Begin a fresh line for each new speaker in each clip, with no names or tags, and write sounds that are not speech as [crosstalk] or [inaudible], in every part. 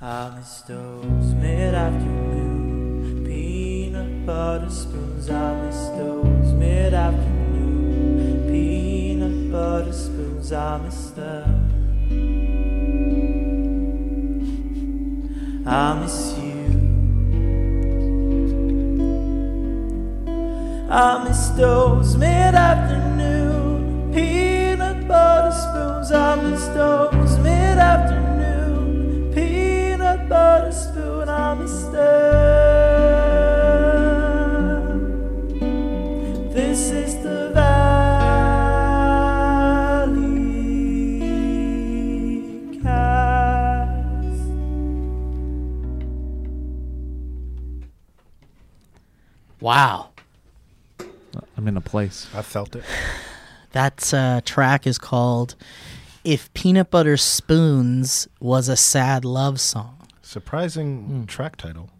I miss those mid-afternoon peanut butter spoons. I miss those mid-afternoon peanut butter spoons. I miss them. I miss you. I miss those mid-afternoon peanut butter spoons. I miss those mid-afternoon peanut butter spoon. I miss them. This is the Valley Cast.
Wow.
I'm in a place.
I felt it.
That uh, track is called If Peanut Butter Spoons Was a Sad Love Song.
Surprising track title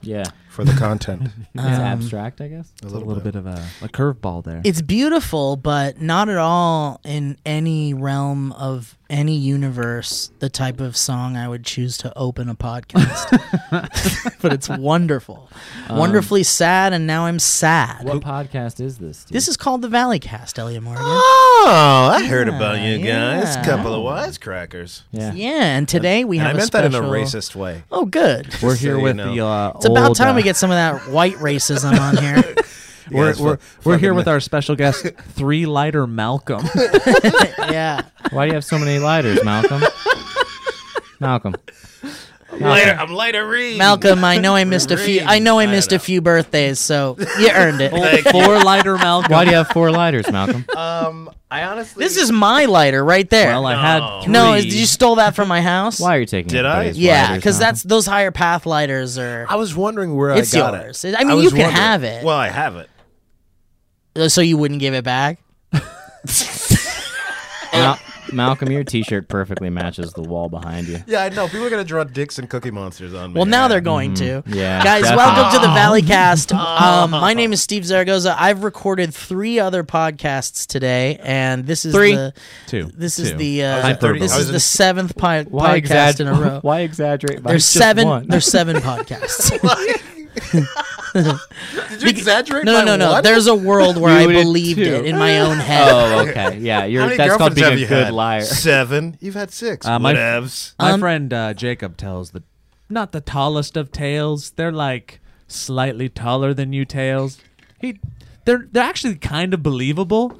Yeah.
for the content.
It's
Um,
abstract, I guess.
A
It's a
little,
little bit,
bit.
of a, a curveball there.
It's beautiful, but not at all in any realm of any universe the type of song I would choose to open a podcast.
[laughs]
but it's wonderful.
Um,
Wonderfully sad, and now I'm sad.
What podcast is this? Dude?
This is called the Valley Cast, Elliot Morgan.
Ah!
Oh, I heard about you guys.
yeah.
Couple of wisecrackers.
yeah.
yeah, and today we
And I
have a
meant
special.
that in a racist way.
Oh, good.
We're
so
here
you
with
know.
the uh,
It's about
old,
time we
uh,
get some of that white racism on here.
Yeah,
We're,
it's
we're,
fu-
we're here
fucking-
with
[laughs]
our special guest, three lighter Malcolm.
yeah.
Why do you have so many
[laughs]
lighters, Malcolm? Malcolm.
Later, I'm later reading.
Malcolm, I know I missed a few. I know I
Read.
missed
I
a
know.
few birthdays, so you earned it.
[laughs]
Four lighter Malcolm.
Why do you have four lighters,
[laughs]
Malcolm?
Um, I honestly
This is my lighter right there.
Well, I
Uh,
had three.
no, is, you stole that from my house.
Why are you taking?
Did I?
everybody's
Yeah,
lighters,
because
Malcolm?
that's those higher path lighters are.
I was wondering where
It's
I got
yours.
it.
I mean,
was
you can
wondering.
have it.
Well, I have it.
So you wouldn't give it back.
Mal- Malcolm, your T-shirt perfectly matches the wall behind
[laughs]
you.
Yeah, I know. People are gonna draw dicks and cookie monsters on me.
Well, now they're going to.
Yeah,
Guys,
definitely.
welcome to the Valley Cast. Um, my name is Steve Zaragoza. I've recorded three other podcasts today, and this is
Three.
the
Two.
this is
Two.
the uh,
was at 30.
this
I was
is
in-
the seventh pi-
Why
podcast in a
exagger-
row.
[laughs] Why exaggerate? by
There's
just
seven.
one?
There's seven podcasts.
Did you exaggerate?
No,
by
no, no, no.
one?
There's a world where
You
I
did
believed
too.
it in my own
[laughs]
head.
[laughs] Oh, okay. Yeah,
How
you're.
many
That's
girlfriends
called being
have
a
you
good
had?
liar.
Seven. You've had six.
Uh, my-
Whatevs.
My
Um,
friend uh, Jacob tells the not the tallest of tales. They're like slightly taller than you tales. He they're they're actually kind of believable,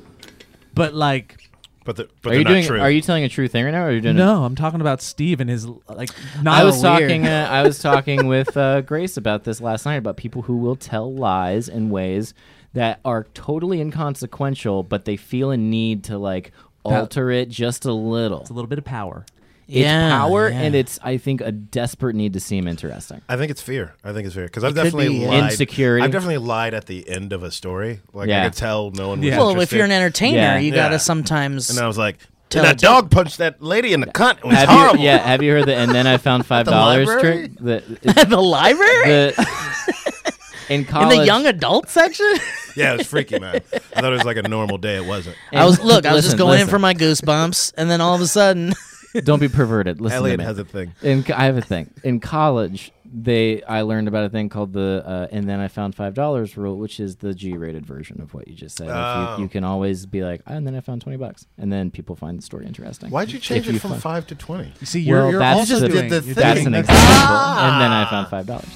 but like
But the, but
Are you
they're
doing?
Not true.
Are you telling a true thing right now? Or are you doing? a-
no, I'm talking about Steve and his like not
I was
Oh, weird.
talking. Uh,
[laughs]
I was talking with uh, Grace about this last night about people who will tell lies in ways that are totally inconsequential, but they feel a need to like alter it just a little.
a little bit of power.
It's
Yeah,
power,
yeah.
and it's I think a desperate need to seem interesting.
I think it's fear. I think it's fear because I've
could
definitely
be, yeah.
lied.
Insecurity.
I've definitely lied at the end of a story. Like I
Yeah.
could tell no one. Was
Yeah.
Well, if
interested.
you're an entertainer,
Yeah.
you
Yeah.
gotta sometimes.
and
[laughs]
I was like,
Tell-
that
tell-
dog punched that lady in the cunt. It was
Have
horrible.
you? Yeah. Have you heard the? And then
[laughs]
I found five dollars
library?
trick. The,
the library
the in
in
college.
the young adult section.
[laughs]
[laughs]
Yeah, it was freaky, man. I thought it was like a normal day. It wasn't.
I was look. I was
Listen,
just going in
listen.
for my goosebumps, and then all of a sudden, [laughs]
Don't be perverted. [laughs] Listen
Elliot
to me.
has a thing.
In co- I have a thing. In college, they I learned about a thing called the uh, and then I found five dollars rule, which is the G-rated version of what you just said. If
Oh.
You, you can always be like, "Ah," and then I found twenty bucks, and then people find the story interesting.
Why'd you change
If
it
you
from
find-
five Ah. to twenty?
You see,
Well, that's the-
did the
you're
thing.
That's an [laughs]
That's-
example. And then I found five dollars.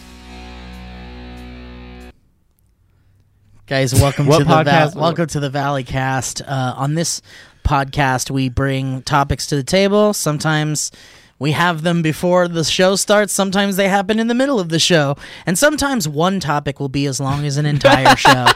guys, welcome
What
to the Val-
podcast-
welcome to the Valley Cast. Uh, on this podcast, we bring topics to the table. Sometimes. We have them before the show starts. Sometimes they happen in the middle of the show. And sometimes one topic will be as long as an entire show.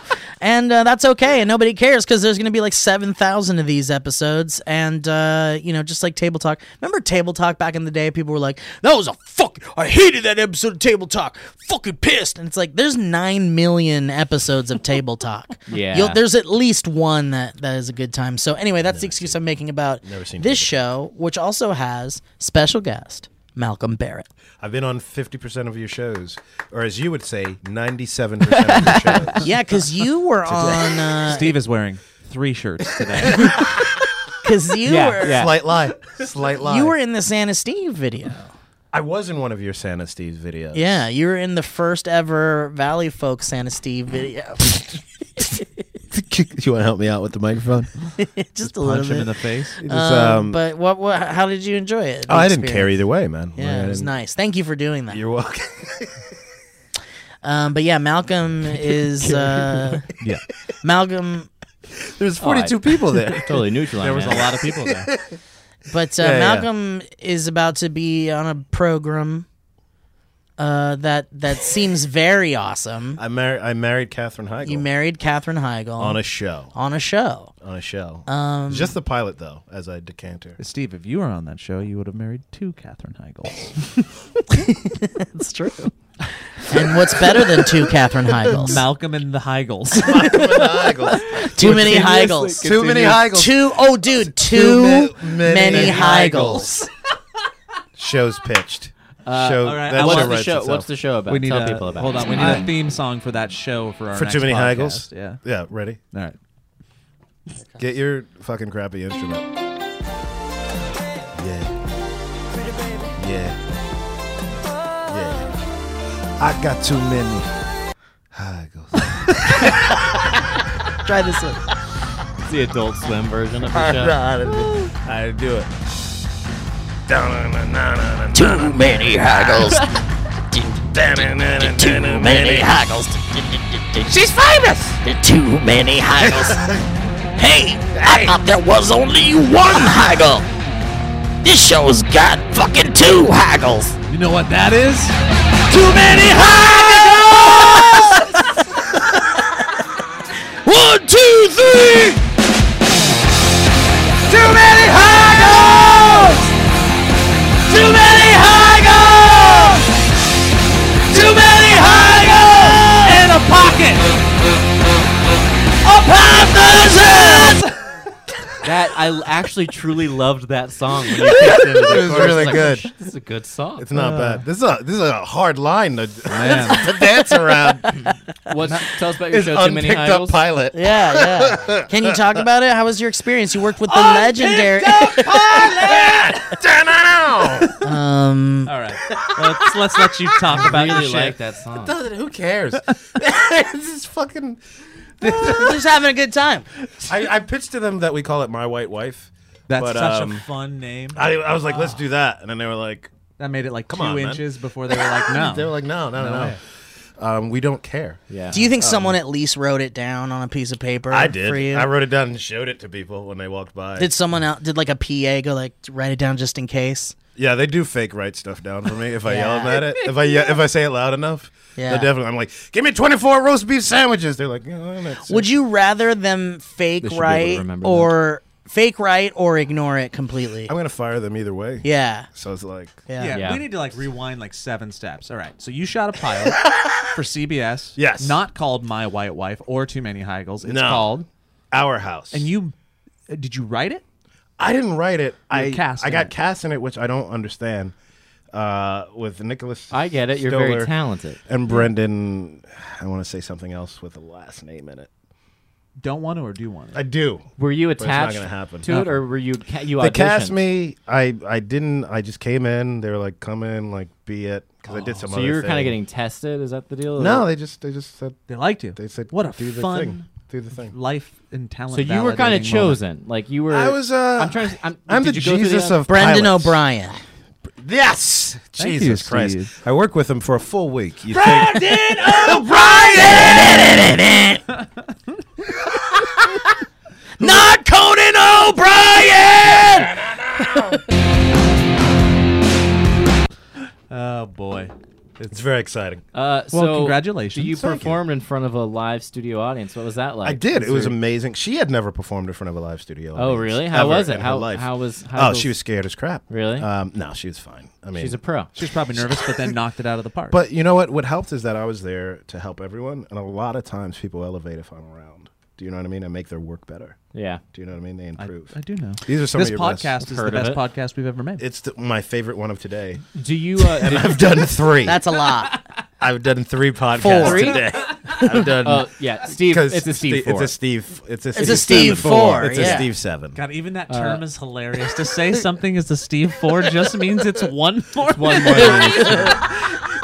And uh, that's okay. And nobody cares because there's going to be like 7,000 of these episodes. And, uh, you know, just like Table Talk. Remember Table Talk back in the day? People were like, that was a fuck. I hated that episode of Table Talk. Fucking pissed. And it's like, there's 9 million episodes of Table Talk.
Yeah.
You'll, there's at least one that, that is a good time. So, anyway, that's the excuse I'm making about
Never seen
this
Table
show, which also has special guest Malcolm
[laughs]
Barrett.
I've been on fifty percent of your shows, or as you would say, ninety-seven percent of your shows.
Yeah, because you were on. Uh,
[laughs] Steve is wearing three shirts today.
Because you
Yeah,
were
[laughs] yeah.
Slight lie. Slight lie.
you were in the Santa Steve video.
I was in one of your Santa Steve videos.
[laughs]
Yeah, you were in the first ever Valley Folk Santa Steve
[laughs]
video.
Do you want to help me out with the microphone?
[laughs] Just a little
Punch him
bit.
in the face.
It was,
Um,
um,
but what, what? How did you enjoy it? the
oh, I didn't
experience?
care either way, man. Like,
Yeah,
I
it was
didn't-
nice. Thank you for doing that.
You're [laughs] welcome.
Um, but
[laughs]
yeah, Malcolm is uh,
Yeah.
Malcolm.
There's
All right.
42 people
[laughs]
there.
Totally neutral.
There was a
man.
lot of people there.
But uh,
Yeah, yeah.
Malcolm is about to be on a program uh, that that seems very awesome.
I married I married Catherine Heigl
You married Katherine Heigl
on a show.
on a show.
On a show.
Um,
Just the pilot though, as I [laughs] decanter.
[laughs] Steve, if you were on that show, you would have married two Catherine Heigl.
That's true. and what's better than two Katherine Heigls?
Malcolm and the Heigls.
Too many
Continuously,
Heigls.
Too many Heigls.
Two oh dude, too,
Too ma-
many,
many
Heigls.
Show's pitched.
Uh,
show
all right,
that
I
What's
want
show
the
writes
show?
itself.
What's the show about?
[laughs] we need
Tell
a,
people about.
Hold
it. Uh,
on, we need a theme song for that show for our
for
next
too many
podcast.
Heigls?
Yeah.
Yeah, ready?
All right.
Get your fucking crappy instrument. Yeah. Yeah. Yeah. I got too many. Heigls.
Try this one.
It's the Adult Swim version of the show.
I do it.
Too many haggles. Too many haggles. She's famous. Too many [laughs] haggles. hey, I thought there was only one haggle. This show's got fucking two haggles.
You know what that is?
Too many haggles. One, two, three. Too many haggles. Too many haggles. Too many haggles. In a pocket. Up half dozen.
That I actually truly loved that
[laughs]
song. When you kicked into the
It was
chorus.
really
Like,
good.
"Shh, This is a good song.
It's not bad. This is a this is a hard line [laughs] to,
Man.
to dance
[laughs]
around.
What's, tell us about your
It's
show. Too many
unpicked up
idols.
pilot. [laughs]
[laughs] Yeah, yeah. Can you talk about it? How was your experience? You worked with the legendary.
[laughs]
um,
All right. Let's, let's let you talk
I
about your
[laughs] really
shit.
like that song.
Who [laughs] cares? this is fucking.
we're just having a good time.
I, I pitched to them that we call it my white wife. Ah.
That's
But,
such
um,
a fun name.
I, I was like, let's do that, and then they were like,
That made it like two
on, man.
inches before they were
[laughs]
like, no.
they were like, no, no, no, no. Um, we don't care.
Yeah.
Do you think someone at least wrote it down on a piece of paper?
Um, I
For
did.
you?
I wrote it down and showed it to people when they walked by.
did someone out? Did like a PA go like write it down just in case?
yeah, they do fake write stuff down for me if I yell at it. If I ye- if I say it loud enough,
Yeah.
yeah, definitely. I'm like, give me 24 roast beef sandwiches. They're like, no, that's
Would you rather them fake
should be able to
write
remember that.
or fake write or ignore it completely?
I'm gonna fire them either way.
Yeah.
So it's like,
Yeah.
Yeah,
Yeah.
we need to like rewind like seven steps. All right, so you shot a
[laughs]
pilot for CBS.
Yes.
not called My White Wife or Too Many Heigls. It's
No.
called.
our house.
And you, uh, did you write it?
I didn't write it. I
cast
I
in
got
it.
cast in it, which I don't understand. Uh, with Nicholas,
I get it. You're very
Stoller
talented.
And Brendan, I want to say something else with a last name in it.
Don't want to or do want to?
I do.
Were you
it's not
attached
gonna happen.
to it, or were you ca- you
They
auditioned?
cast me. I I didn't. I just came in. They were like, "Come in, like, be it." Because I did some.
So
other
you were
kind
kind of getting tested. Is that the deal?
No, they just they just said
They liked you.
they said
what a
do the
fun
thing, do the thing.
life and talent.
So you were kind of
kind
chosen. Like you were.
I was. Uh,
I'm trying. To, I'm,
I'm the
did you go through
Jesus
the,
of
Brendan
pilots.
O'Brien.
Yes,
Thank
Jesus
you,
Christ!
Steve.
I worked with him for a full week. You think? [laughs]
Not Conan O'Brien.
Oh boy.
It's very exciting.
Uh,
Well,
so
congratulations.
You
Thank you.
performed in front of a live studio audience. What was that like?
I did. It was
there-
amazing. She had never performed in front of a live studio.
Oh,
audience
really? How
ever
was it?
in her
How
life.
how was? How
oh, she was scared as crap.
Really?
Um, no, she was fine. I mean,
She's a pro.
She was probably nervous, but then knocked it out of the park.
But you know what? What helped is that I was there to help everyone, and a lot of times people elevate if I'm around. Do you know what I mean? I make their work better.
Yeah.
Do you know what I mean? They
I,
improve.
I do know.
These are some
This
of your best-
podcast is the
Heard of
best
it.
podcast we've ever made.
It's the, my favorite one of today,
Do you? Uh,
[laughs] and I've done three.
[laughs]
That's a lot.
I've done three podcasts
Four.
today.
I've done.
Oh yeah, Steve.
'cause
It's a Steve.
It's
four.
a Steve. It's a. It's
a Steve four,
It's
yeah.
a Steve seven. [laughs]
God, even that term is hilarious. To say something is a Steve Four just means it's one more. one more.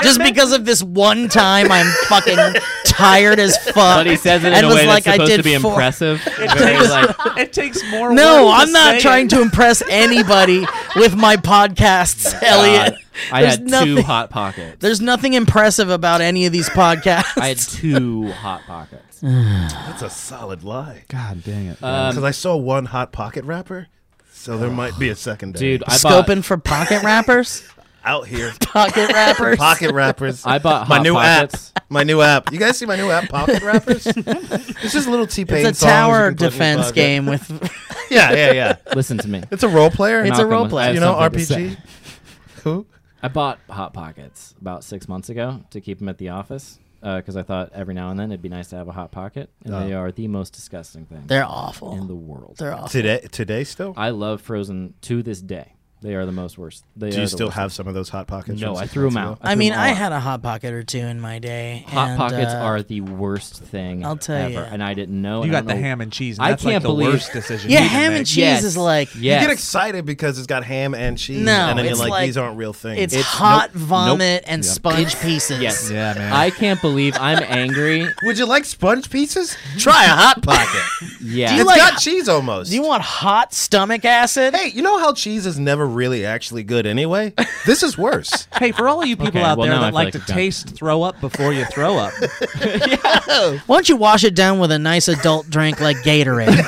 Just because of this one time, I'm fucking tired as fuck.
But he says it in
and
a
was
way
like,
that's
I
supposed
did
to be
four- [laughs]
impressive. Very, like,
[laughs] it takes more.
No,
words to
I'm not
say
trying
it.
to impress anybody with my
[laughs]
podcasts, Elliot.
God, uh, I
There's
had two
nothing-
hot pockets.
There's nothing impressive about any of these podcasts.
I had
[laughs]
two hot pockets.
That's a solid lie.
God dang it!
Because I saw one hot pocket rapper, so there might be a second.
Dude, I bought
Scoping for pocket rappers?
[laughs]
out here,
pocket rappers?
pocket rappers.
I bought
my
Hot
new
Pockets.
app. My new app. You guys see my new app, Pocket Rappers? it's just little T Pain.
It's a tower defense game with.
[laughs]
Yeah, yeah, yeah.
Listen to me.
[laughs] It's a role player.
It's a
Malcolm
role
was-
play.
I have
you know
something to say.
RPG. [laughs] Who?
I bought Hot Pockets about six months ago to keep them at the office because I thought every now and then it'd be nice to have a Hot Pocket, and they are the most disgusting thing
Uh. They're
in
awful.
the world.
They're awful.
Today, today still.
I love Frozen to this day. They are the most worst. They
Do
are
you
the
still
worst.
have some of those hot pockets?
No,
from
I
six
threw them
months ago?
out.
I
threw
mean,
'em
I
all out.
had a hot pocket or two in my day.
Hot
and,
pockets
uh,
are the worst thing.
I'll tell
ever,
ya.
And I didn't know.
you
and I
got
don't
the
know-
ham and cheese. And
I
that's like
can't
the
believe-
worst decision.
Yeah,
you can
ham
make.
and cheese
Yes.
is like.
Yes.
You get excited because it's got ham and cheese,
No,
and then you're
it's
like,
like-
these aren't real things.
It's,
It's-
hot
nope,
vomit and
[laughs]
sponge pieces.
Yes.
Yeah, man.
I can't believe I'm
[laughs]
angry.
Would you like sponge pieces? Try a hot pocket. [laughs]
Yeah.
It's
you like-
got cheese almost.
Do you want hot stomach acid?
hey, you know how cheese is never really actually good anyway? This is worse.
Hey, for all of you people
Okay,
out
well,
there
now
that
I feel
like,
like
to
I'm done.
taste throw up before you throw [laughs] up,
Why don't you wash it down with a nice adult drink like
[laughs]
Gatorade?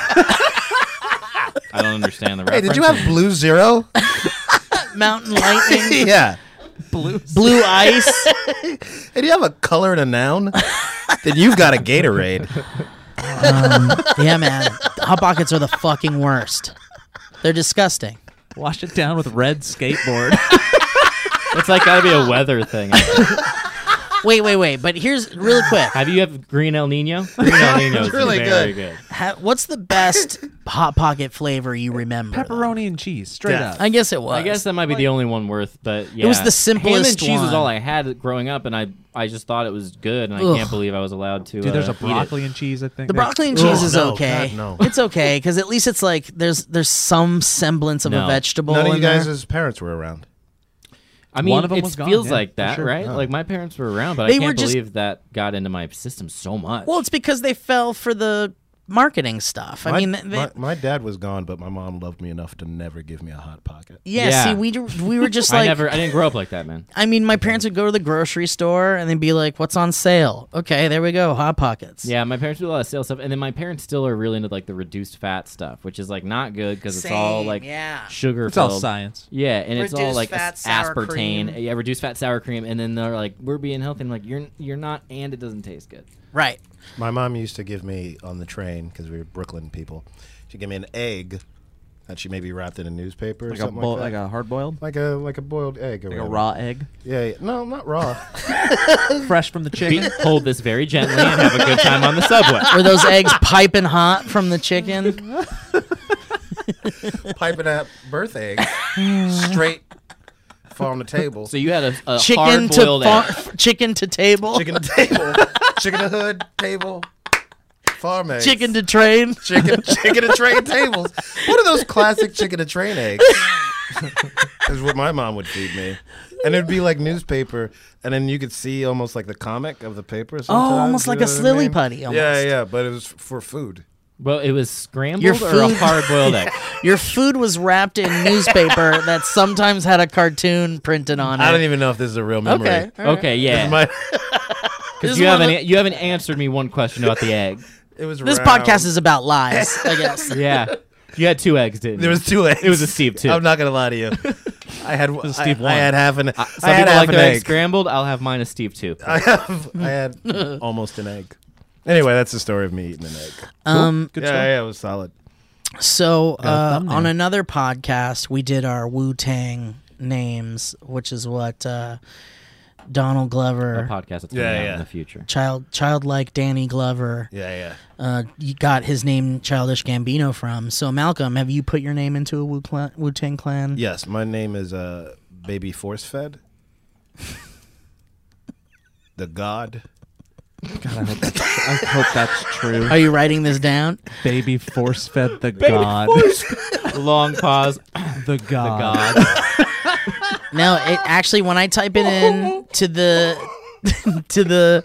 I don't understand the
hey,
reference.
did you have Blue Zero?
Mountain lightning,
[laughs]
yeah.
blue ice.
Hey, do you have a color and a noun? then you've got a Gatorade.
Yeah, man. Hot pockets are the fucking worst. They're disgusting.
wash it down with red [laughs] skateboard.
It's like gotta be a
[laughs]
weather thing.
Wait, wait, wait. But here's really quick.
Have you have green El Nino? Green El Nino is
really
very
good.
good.
Ha- what's the
[laughs]
best hot pocket flavor you remember?
Pepperoni and cheese, straight
Yeah.
up.
I guess it was.
I guess that might be the only one worth, but yeah.
was the
Ham
simplest
and cheese
one.
was all I had growing up, and I I just thought it was good, and I
Ugh.
can't believe I was allowed to.
Dude, there's
uh,
a broccoli and cheese. I think
the
They-
broccoli and cheese is
Oh, no,
okay.
God, no.
[laughs] It's okay because at least it's like there's there's some semblance of a
No.
vegetable.
None of you
in there.
guys' parents were around.
I mean,
One of 'em
it
was gone,
feels
yeah,
like
for
that,
sure.
right? Like my parents were around, but
They
I
were
can't
just-
believe that got into my system so much.
Well, it's because they fell for the marketing stuff. I
My,
mean, they,
my, my dad was gone, but my mom loved me enough to never give me a hot pocket.
yeah,
Yeah.
See, we d- we were just
[laughs] I
like.
never, I didn't grow up like
[laughs]
that, man.
I mean, my parents would go to the grocery store and they'd be like, "What's on sale?" Okay, there we go, hot pockets.
Yeah, my parents do a lot of sales stuff, and then my parents still are really into like the reduced fat stuff, which is like not good because it's all
Same,
like
yeah.
sugar.
It's all science.
Yeah, and it's all
Reduced
like
fat,
as-
sour
aspartame.
cream.
Yeah, reduced fat sour cream, and then they're like, "We're being healthy." I'm like, "You're you're not," and it doesn't taste good.
Right.
My mom used to give me on the train because we were Brooklyn people. She gave me an egg that she maybe wrapped in a newspaper or
Like a
something
bo-
like
like
that.
a hard boiled,
Like a like a boiled egg or
like a
whatever.
raw egg,
Yeah, yeah, no, not raw.
fresh from the
Be-
chicken.
hold this very gently and have a good time on the subway.
Were those eggs piping hot from the
[laughs]
chicken?
Piping out birth egg [laughs] straight from the
[laughs]
table.
So you had a, a
Chicken to
hard-boiled egg.
far- chicken to table.
Chicken to
[laughs]
table, chicken to hood table, farm eggs.
Chicken to train.
chicken chicken to train tables. What are those classic chicken to train [laughs] eggs? is what my mom would feed me. And it'd be like newspaper, and then you could see almost like the comic of the paper. Sometimes,
almost
you
like
know
a
what I
silly
mean?
putty,
Yeah,
almost.
yeah, but it was for food.
[laughs] Well, it was scrambled
Your
or a
food-
hard-boiled egg.
Your food was wrapped in newspaper that sometimes had a cartoon printed on it.
I don't even know if this is a real memory.
okay. all right.
Okay, yeah.
My-
Because you haven't you haven't answered me one question about the egg.
it was
This
round.
podcast is about lies, I guess.
Yeah, you had two eggs, didn't
There
you?
was two eggs.
It was a Steve too.
I'm not gonna lie to you. I had I,
Steve
I
one.
had half an.
Some
I had
people
half
like
an
their eggs
egg.
scrambled. I'll have mine a Steve too.
[laughs] I have. I had almost an egg. Anyway, that's the story of me eating an egg.
[laughs] Um,
yeah, yeah, it was solid.
so uh,
thumbnail.
on another podcast, we did our Wu Tang names, which is what uh, Donald
A
Glover,
podcast that's coming
Yeah,
out
yeah.
in the future.
[laughs] child childlike Danny Glover,
Yeah, yeah.
uh, you got his name Childish Gambino from. So Malcolm, have you put your name into a Wu clan, Wu Tang Clan?
Yes, my name is uh, Baby Force Fed. the God.
God, I hope that's, I hope that's [laughs] true.
Are you writing this down?
Baby force fed the god.
Long pause.
The god.
God.
No, it actually when I type it in to the [laughs] to the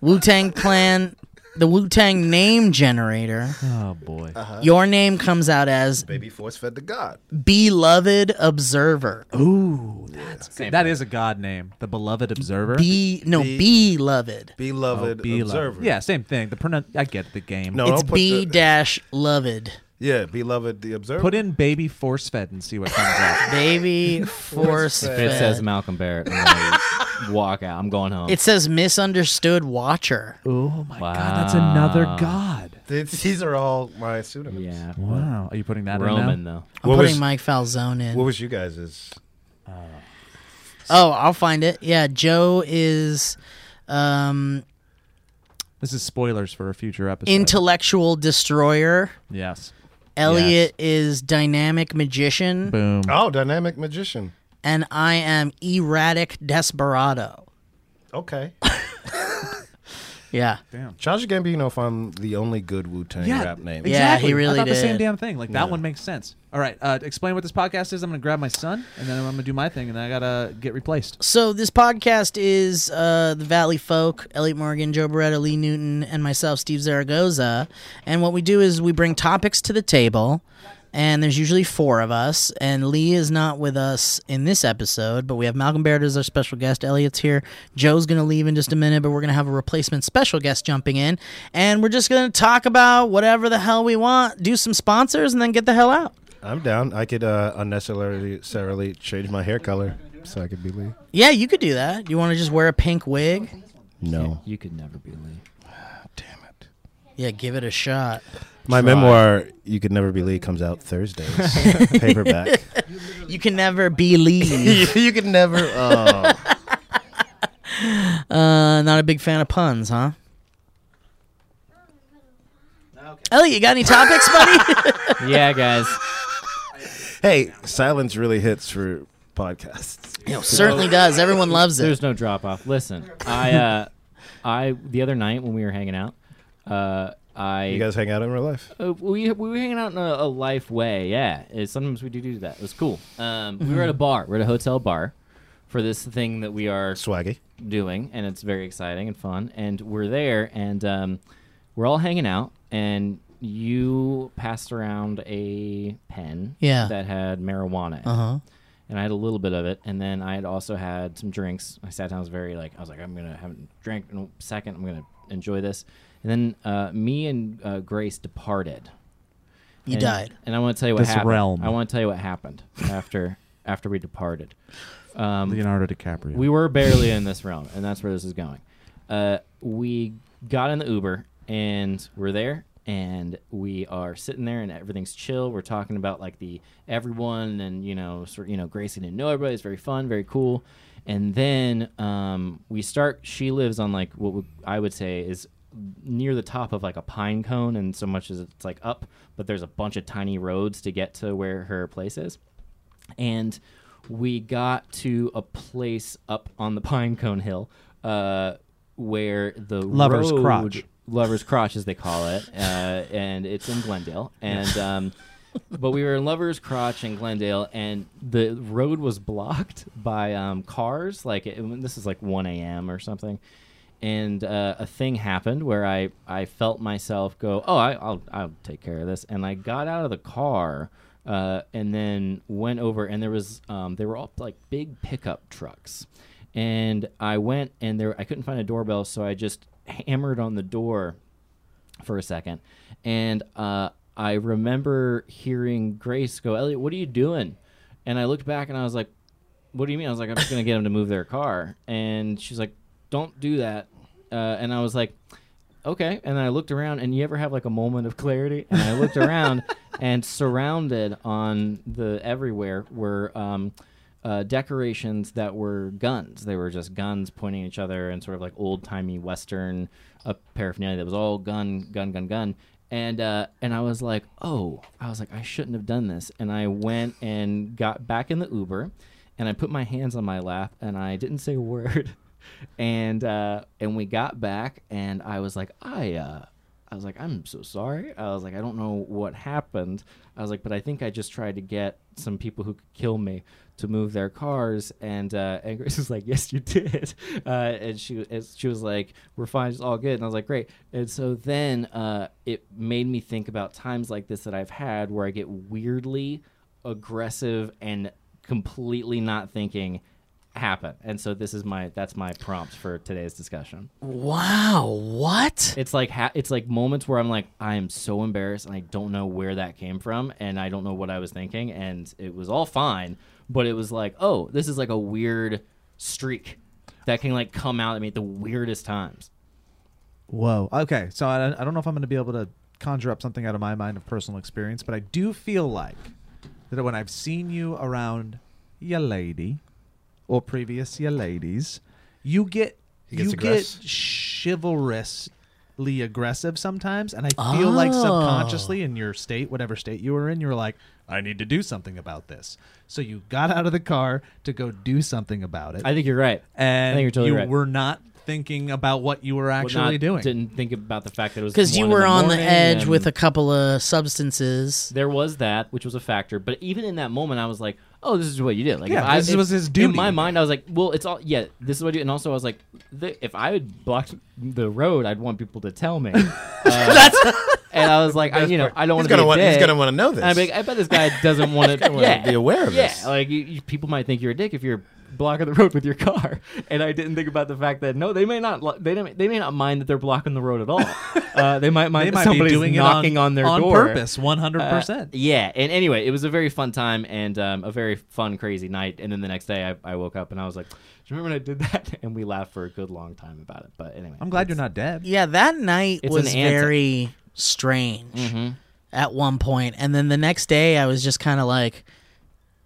Wu Tang Clan, the Wu Tang name generator,
Oh boy.
Uh-huh.
your name comes out as
Baby force fed the god.
Beloved Observer.
Ooh, that's good. That is a god name. The beloved observer.
Be no beloved.
Beloved
Beloved.
observer.
Yeah, same thing. The pronoun. I get the game.
No,
It's
don't put
B
the-
dash loved.
Yeah, beloved the observer.
Put in baby force fed and see what comes out.
[laughs]
Baby force
If it
fed.
says Malcolm Barrett, I'm gonna walk out. I'm going home.
It says misunderstood watcher.
[laughs] Oh my god, that's another
Wow.
god.
It's- these are all my pseudonyms.
yeah.
Wow. Are you putting that in
Roman
now?
though.
I'm
What
putting
was-
Mike Falzone in.
What was you guys's?
oh, I'll find it. Yeah, Joe is um
This is spoilers for a future episode.
intellectual destroyer.
Yes.
Elliot is dynamic magician,
Boom.
Oh, dynamic magician.
and I am erratic desperado.
Okay.
Yeah,
Childish Gambino found the only good Wu Tang
Yeah,
rap name.
Yeah, he
exactly.
really
I thought the same
did.
damn thing. Like that one makes sense. All right, uh, explain what this podcast is. I'm gonna grab my son, and then I'm gonna do my thing, and then I gotta get replaced.
So this podcast is uh, the Valley Folk, Elliot Morgan, Joe Beretta, Lee Newton, and myself, Steve Zaragoza. And what we do is we bring topics to the table, and there's usually four of us. And Lee is not with us in this episode, but we have Malcolm Barrett as our special guest. Elliot's here. Joe's going to leave in just a minute, but we're going to have a replacement special guest jumping in, and we're just going to talk about whatever the hell we want, do some sponsors, and then get the hell out.
I'm down. I could uh, unnecessarily necessarily change my hair color so I could be Lee.
Yeah, you could do that. You want to just wear a pink wig?
No.
You could never be Lee.
Damn it.
Yeah, give it a shot.
My memoir, You Could Never Be Lee, comes out [laughs] Thursdays. Paperback.
You can never [laughs] believe.
[laughs] you could never. Oh.
Uh, not a big fan of puns, huh? Elliot, you got any topics, [laughs] buddy?
yeah, guys.
[laughs] hey, silence really hits for podcasts.
Certainly does. Everyone loves it.
There's no drop off. Listen, I uh, I the other night when we were hanging out, uh, I
You guys hang out in real life?
Uh, we we were hanging out in a, a life way, yeah. Uh, sometimes we do do that. It was cool. Um, We were at a bar. We're at a hotel bar for this thing that we are
Swaggy.
doing, and it's very exciting and fun. And we're there, and um, we're all hanging out, and you passed around a pen
Yeah. Uh-huh.
that had marijuana. Uh huh. And I had a little bit of it, and then I had also had some drinks. I sat down. I was very like, I was like, I'm gonna have a drink in a second. I'm gonna enjoy this. And then uh, me and uh, Grace departed.
you
And-
died.
And I want to tell you what
This
happened.
realm.
I want to tell you what happened after [laughs] after we departed. Um,
Leonardo DiCaprio.
we were barely in this realm, and that's where this is going. Uh, we got in the Uber, and we're there, and we are sitting there, and everything's chill. We're talking about like the everyone, and you know, sort you know, Gracie didn't know everybody. It's very fun, very cool. And then um, we start. She lives on like what would, I would say is near the top of like a pine cone, and so much as it's like up, but there's a bunch of tiny roads to get to where her place is and we got to a place up on the Pinecone Hill uh, where the
Lover's
road-
Crotch.
Lover's Crotch, as they call it, uh, and it's in Glendale. And um, but we were in Lover's Crotch in Glendale, and the road was blocked by um, cars. Like it, this is like 1 a.m. or something. And uh, a thing happened where I, I felt myself go, oh, I, I'll, I'll take care of this. And I got out of the car uh, and then went over, and there was, um, they were all like big pickup trucks and I went and there I couldn't find a doorbell, so I just hammered on the door for a second, and uh, I remember hearing Grace go, "Elliot, what are you doing?" And I looked back and I was like, "What do you mean?" I was like, "I'm just gonna get them to move their car," and she's like, "Don't do that," uh, and I was like. Okay, and I looked around, and you ever have like a moment of clarity? And I looked around, and surrounded on the everywhere were um, uh, decorations that were guns. They were just guns pointing at each other and sort of like old timey Western uh, paraphernalia that was all gun, gun, gun, gun. And uh, and I was like, oh, I was like, I shouldn't have done this. And I went and got back in the Uber, and I put my hands on my lap, and I didn't say a word. [laughs] and uh, and we got back, and I was like, I uh, I was like, I'm so sorry. I was like, I don't know what happened. I was like, but I think I just tried to get some people who could kill me to move their cars. And uh, [laughs] and Grace was like, Yes, you did. [laughs] Uh, and she and she was like, We're fine, it's all good. And I was like, Great. And so then uh, it made me think about times like this that I've had where I get weirdly aggressive and completely not thinking happen. And so this is my that's my prompt for today's discussion.
Wow, what?
It's like ha- it's like moments where I'm like, I am so embarrassed, and I don't know where that came from, and I don't know what I was thinking, and it was all fine, but it was like, oh, this is like a weird streak that can like come out at me at the weirdest times.
Whoa. Okay. So I, I don't know if I'm going to be able to conjure up something out of my mind of personal experience, but I do feel like that when I've seen you around your lady or previous your ladies, you get
He gets
you
aggress-
get chivalrously aggressive sometimes, and I feel like
Oh.
subconsciously in your state, whatever state you were in, you were like, I need to do something about this. So you got out of the car to go do something about it,
I think you're right. I
and
think you're totally
you
right.
were not thinking about what you were
But
actually
not-
doing.
Didn't think about the fact that it was
Because you
one in
were on the
morning
edge
and-
with a couple of substances.
There was that, which was a factor. But even in that moment, I was like, "Oh, this is what you did." Like,
Yeah,
if I,
this
if-
was his
In
duty.
my mind, I was like, "Well, it's all yeah, this is what I do." And also, I was like, th- "If I had blocked the road, I'd want people to tell me." That's [laughs] and I was like, I, "You know, I
He's
don't want to be
gonna
a
want. He's
dick.
gonna want to know this.
And I'd be like, I bet this guy doesn't want to yeah,
be aware of
yeah.
this.
Like you, you- people might think you're a dick if you're blocking the road with your car. [laughs] And I didn't think about the fact that no, they may not lo- they don't- they may not mind that they're blocking the road at all. Uh, they might mind
they
that
might be
somebody's
doing
knocking
it on,
on, their
on
door
purpose, one hundred
uh,
percent.
Yeah, and anyway, it was a very fun time and um, a very fun, crazy night. And then the next day, I, I woke up and I was like, "Do you remember when I did [laughs] that?" And we laughed for a good long time about it. But anyway,
I'm glad you're not dead.
Yeah, that night
It's
was
an Mm-hmm. antic.
very strange at one point, and then the next day I was just kind of like,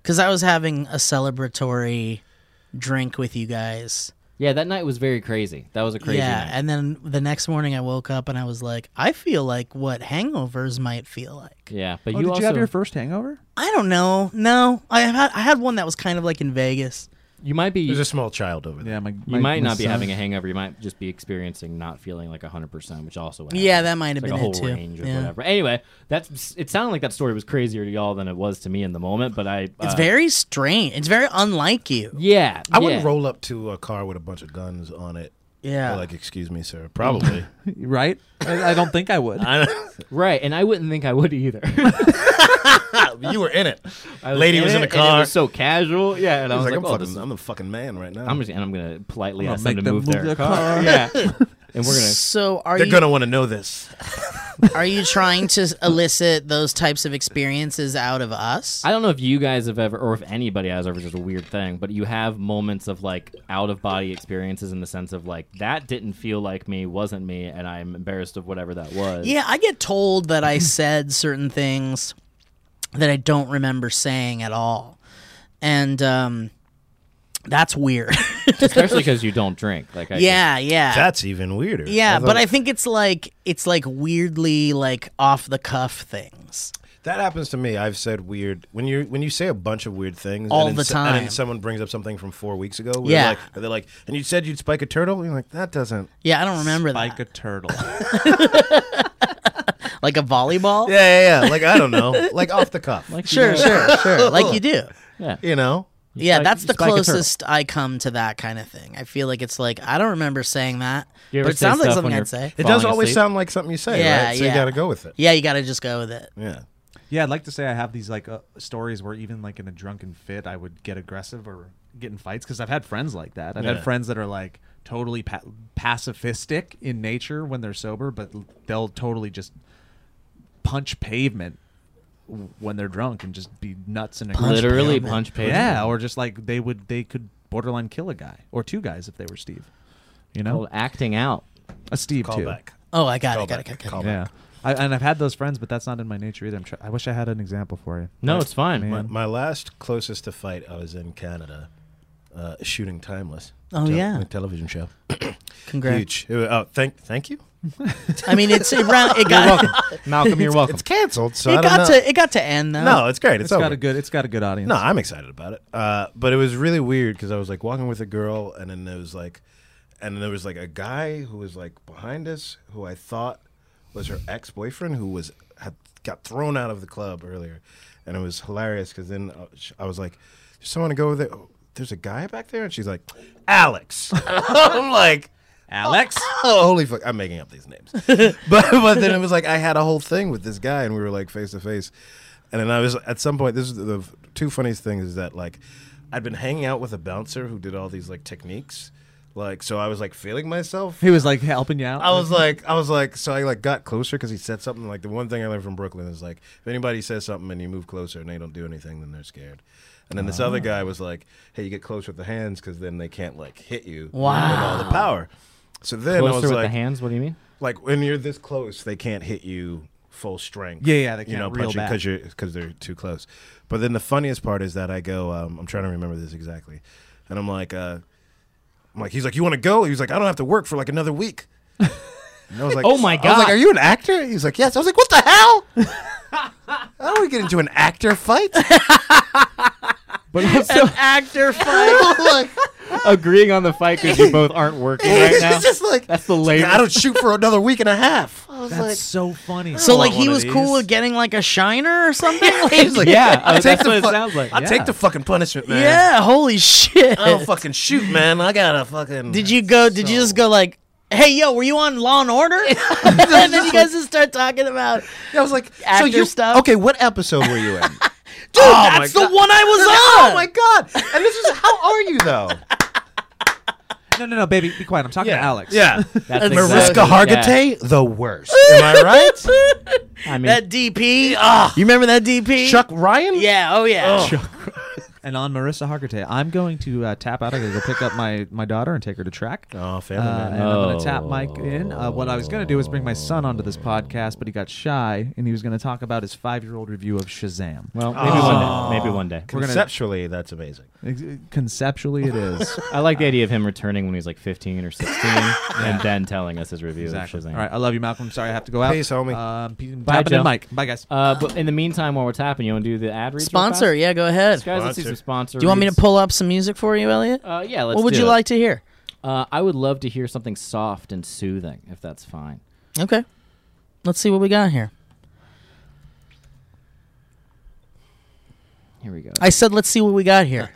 because I was having a celebratory drink with you guys.
Yeah, that night was very crazy. That was a crazy
yeah,
night.
and then the next morning I woke up and I was like, I feel like what hangovers might feel like.
yeah, but
Oh,
you
did
also
you have your first hangover?
I don't know. No, I had I had one that was kind of like in Vegas.
you might be
There's a small child over there.
Yeah, my,
you might not be having a
[laughs]
hangover. You might just be experiencing not feeling like 100, percent which also would
Yeah,
happen.
that might have
It's like
been
a whole
it too.
range of
Yeah.
whatever. Anyway, that's it. Sounded like that story was crazier to y'all than it was to me in the moment. But I,
It's
uh,
very strange. It's very unlike you.
yeah.
I wouldn't
yeah.
roll up to a car with a bunch of guns on it.
Yeah.
Be Like, excuse me, sir.
[laughs]
Probably.
right. I, I don't think I would.
I don't-
right, and I wouldn't think I would either. [laughs]
you were in it.
I
Lady was in
it,
the
and it
car.
was so casual. Yeah, and I
He's
was
like,
like,
I'm,
oh, this
fucking,
is-
I'm the fucking man right now.
I'm just, and I'm gonna politely
I'll
ask them to
make
move, their, car. [laughs] Yeah, and we're gonna.
So are
They're
you
gonna want to know this.
are you trying to elicit those types of experiences out of us?
I don't know if you guys have ever, or if anybody has ever, just a weird thing, but you have moments of like out of body experiences in the sense of like that didn't feel like me, wasn't me, and I'm embarrassed of whatever that was.
Yeah, I get told that I said certain things that I don't remember saying at all. And um that's weird. [laughs]
especially because you don't drink. Like, I
yeah, yeah.
That's even weirder.
yeah,
thought-
but I think it's like it's like weirdly like off the cuff things.
that happens to me. I've said weird when you when you say a bunch of weird things
All
and then
the
s- And
time.
then someone brings up something from four weeks ago. where
Yeah.
They're like, they're like, and you said you'd spike a turtle. You're like, that doesn't.
Yeah, I don't remember
Like a
that.
turtle.
Like a volleyball?
Yeah, yeah, yeah. Like I don't know. [laughs] like off the cuff.
Like, you
Sure,
know,
[laughs]
sure, sure. Like you do.
Yeah.
you know.
Yeah,
spike-
that's
you
the
spike a turtle.
closest I come to that kind of thing. I feel like it's like I don't remember saying that,
You ever
but it
say
sounds like
stuff
something
when
I'd
you're-
say.
It does
Falling
always
asleep.
sound like something you say,
Yeah,
right? So
yeah.
you got to go with it.
Yeah, you got to just go with it.
Yeah.
yeah, I'd like to say I have these like uh, stories where even like in a drunken fit, I would get aggressive or get in fights because I've had friends like that. I've
Yeah.
had friends that are like totally pa- pacifistic in nature when they're sober, but l- they'll totally just punch pavement w- when they're drunk and just be nuts and aggressive.
literally punch page.
Yeah, or just like they would, they could borderline kill a guy or two guys if they were Steve. You know,
Called acting out.
a Steve
Call
too.
back.
Oh, I got
Call
it. Got it.
back.
Got it. Got
Call
it.
back.
Yeah, I, and I've had those friends, but that's not in my nature either. I'm try- I wish I had an example for you.
No, it's fine.
Man.
My, my last closest to fight, I was in Canada, uh, shooting Timeless.
Oh, yeah.
a television show.
Congrats.
Huge. It was- oh, thank, thank you.
I mean, it's
[laughs]
around. It got.
Malcolm, you're welcome.
It's canceled, so I
It
don't
got
know.
to. It got to end though.
no, it's great. It's,
it's
over.
got a good, it's got a good audience.
No, I'm excited about it. Uh, but it was really weird because I was like walking with a girl, and then it was like and there was like a guy who was like behind us who I thought was her ex boyfriend who was had got thrown out of the club earlier, and it was hilarious because then uh, sh- I was like, "There's someone to go there. Oh, There's a guy back there," and she's like, "Alex." [laughs] I'm like.
Alex?
Oh, holy fuck! I'm making up these names, [laughs] but but then it was like I had a whole thing with this guy, and we were like face to face, and then I was at some point. This is the f- two funniest things is that like I'd been hanging out with a bouncer who did all these like techniques, like so I was like feeling myself.
He was like helping you out.
I was like, I was like, so I like got closer because he said something. Like the one thing I learned from Brooklyn is like, if anybody says something and you move closer and they don't do anything, then they're scared. And then this other
Ah.
guy was like, hey, you get close with the hands because then they can't like hit you with all the power. So then I
Closer
was
with
like,
the hands. What do you mean?
like when you're this close, they can't hit you full strength.
Yeah, yeah, they
you
can't
know,
reel
punch
back.
because you're because they're too close. But then the funniest part is that I go, um, I'm trying to remember this exactly, and I'm like, uh, I'm like, he's like, you want to go? He was like, I don't have to work for like another week. And I was like,
[laughs] Oh my
I was like,
God.
are you an actor? He's like, yes. I was like, what the hell? [laughs] I don't want to get into an actor fight. [laughs]
But also
Actor fight.
like,
agreeing on the fight
[laughs]
because you both aren't working right
it's
now.
just like
That's the
I
latest.
don't shoot for another week and a half. I was
That's
like,
so funny.
So
want
like
one
he
of
was cool
these.
with getting like a shiner
[laughs]
or something. Like,
like,
Yeah,
I'll
uh,
take
that's
the
what it
fu-
sounds like.
I'll
Yeah.
take the fucking punishment, man.
yeah, holy shit.
I don't fucking shoot, man. I gotta fucking.
Did you go? Did you just go like, "Hey, yo, were you on Law and Order?" [laughs] and then you guys just start talking about, dude,
I was like, so
Actor
you
stuff? Oh
Okay, what episode were
[laughs]
you in? Dude,
that's the one I was on.
Oh my god! And this is how are you though?
no, no, no, baby, be quiet. I'm talking to Alex.
[laughs] Yeah,
That's
Mariska
yeah.
Hargitay, the worst. Am
[laughs]
I right?
I
[laughs]
mean,
that DP. you remember that DP?
Chuck Ryan.
Yeah. Oh yeah.
And on Marissa Hargitay, I'm going to uh, tap out. I gotta go pick up my my daughter and take her to track.
Oh,
Uh,
family man.
and I'm going to tap Mike in. Uh, what I was going to do was bring my son onto this podcast, but he got shy, and he was going to talk about his five-year-old review of Shazam.
well, maybe one day. Maybe one day.
gonna-
Conceptually, that's amazing.
Ex- Conceptually, it is.
I like the idea of him returning when he was like 15 or 16,
[laughs]
and then telling us his review
exactly.
of
All
Shazam.
right, I love you, Malcolm. Sorry I have to go out.
Peace, homie.
Um, peace,
Bye,
tapping in,
Joe.
Mike. Bye, guys.
Uh, but in the meantime, while we're tapping, you want to do the ad read? real
Sponsor.
fast?
Yeah. Go ahead. Do
guys. Let's do some sponsor.
you want me to
reads.
pull up some music for you, Elliot?
Uh, yeah, let's.
what would
do
you
it.
like to hear?
Uh, I would love to hear something soft and soothing, if that's fine.
Okay. Let's see what we got here.
Here we go.
I said, let's see what we got here.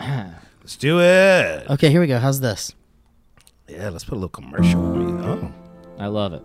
Let's do it.
Okay, here we go. How's this?
Yeah, let's put a little commercial. on Oh.
I love it.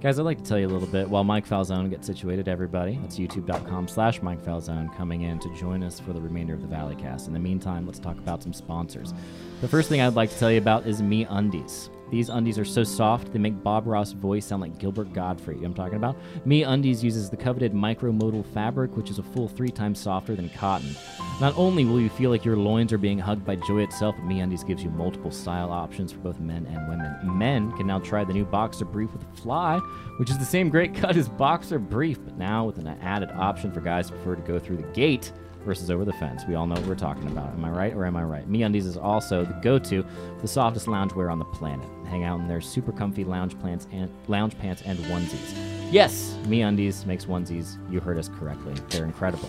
Guys, I'd like to tell you a little bit while Mike Falzone gets situated, everybody. That's youtube.com slash Mike Falzone coming in to join us for the remainder of the Valleycast. In the meantime, let's talk about some sponsors. The first thing I'd like to tell you about is Me Undies. These undies are so soft, they make Bob Ross' voice sound like Gilbert Godfrey. You know what I'm talking about? Me Undies uses the coveted micromodal fabric, which is a full three times softer than cotton. Not only will you feel like your loins are being hugged by joy itself, but MeUndies gives you multiple style options for both men and women. Men can now try the new boxer brief with fly, which is the same great [laughs] cut as boxer brief, but now with an added option for guys who prefer to go through the gate versus over the fence. We all know what we're talking about. Am I right or am I right? MeUndies is also the go-to for the softest loungewear on the planet. Hang out in their super comfy lounge pants and lounge pants and onesies. Yes, MeUndies makes onesies. You heard us correctly. They're incredible.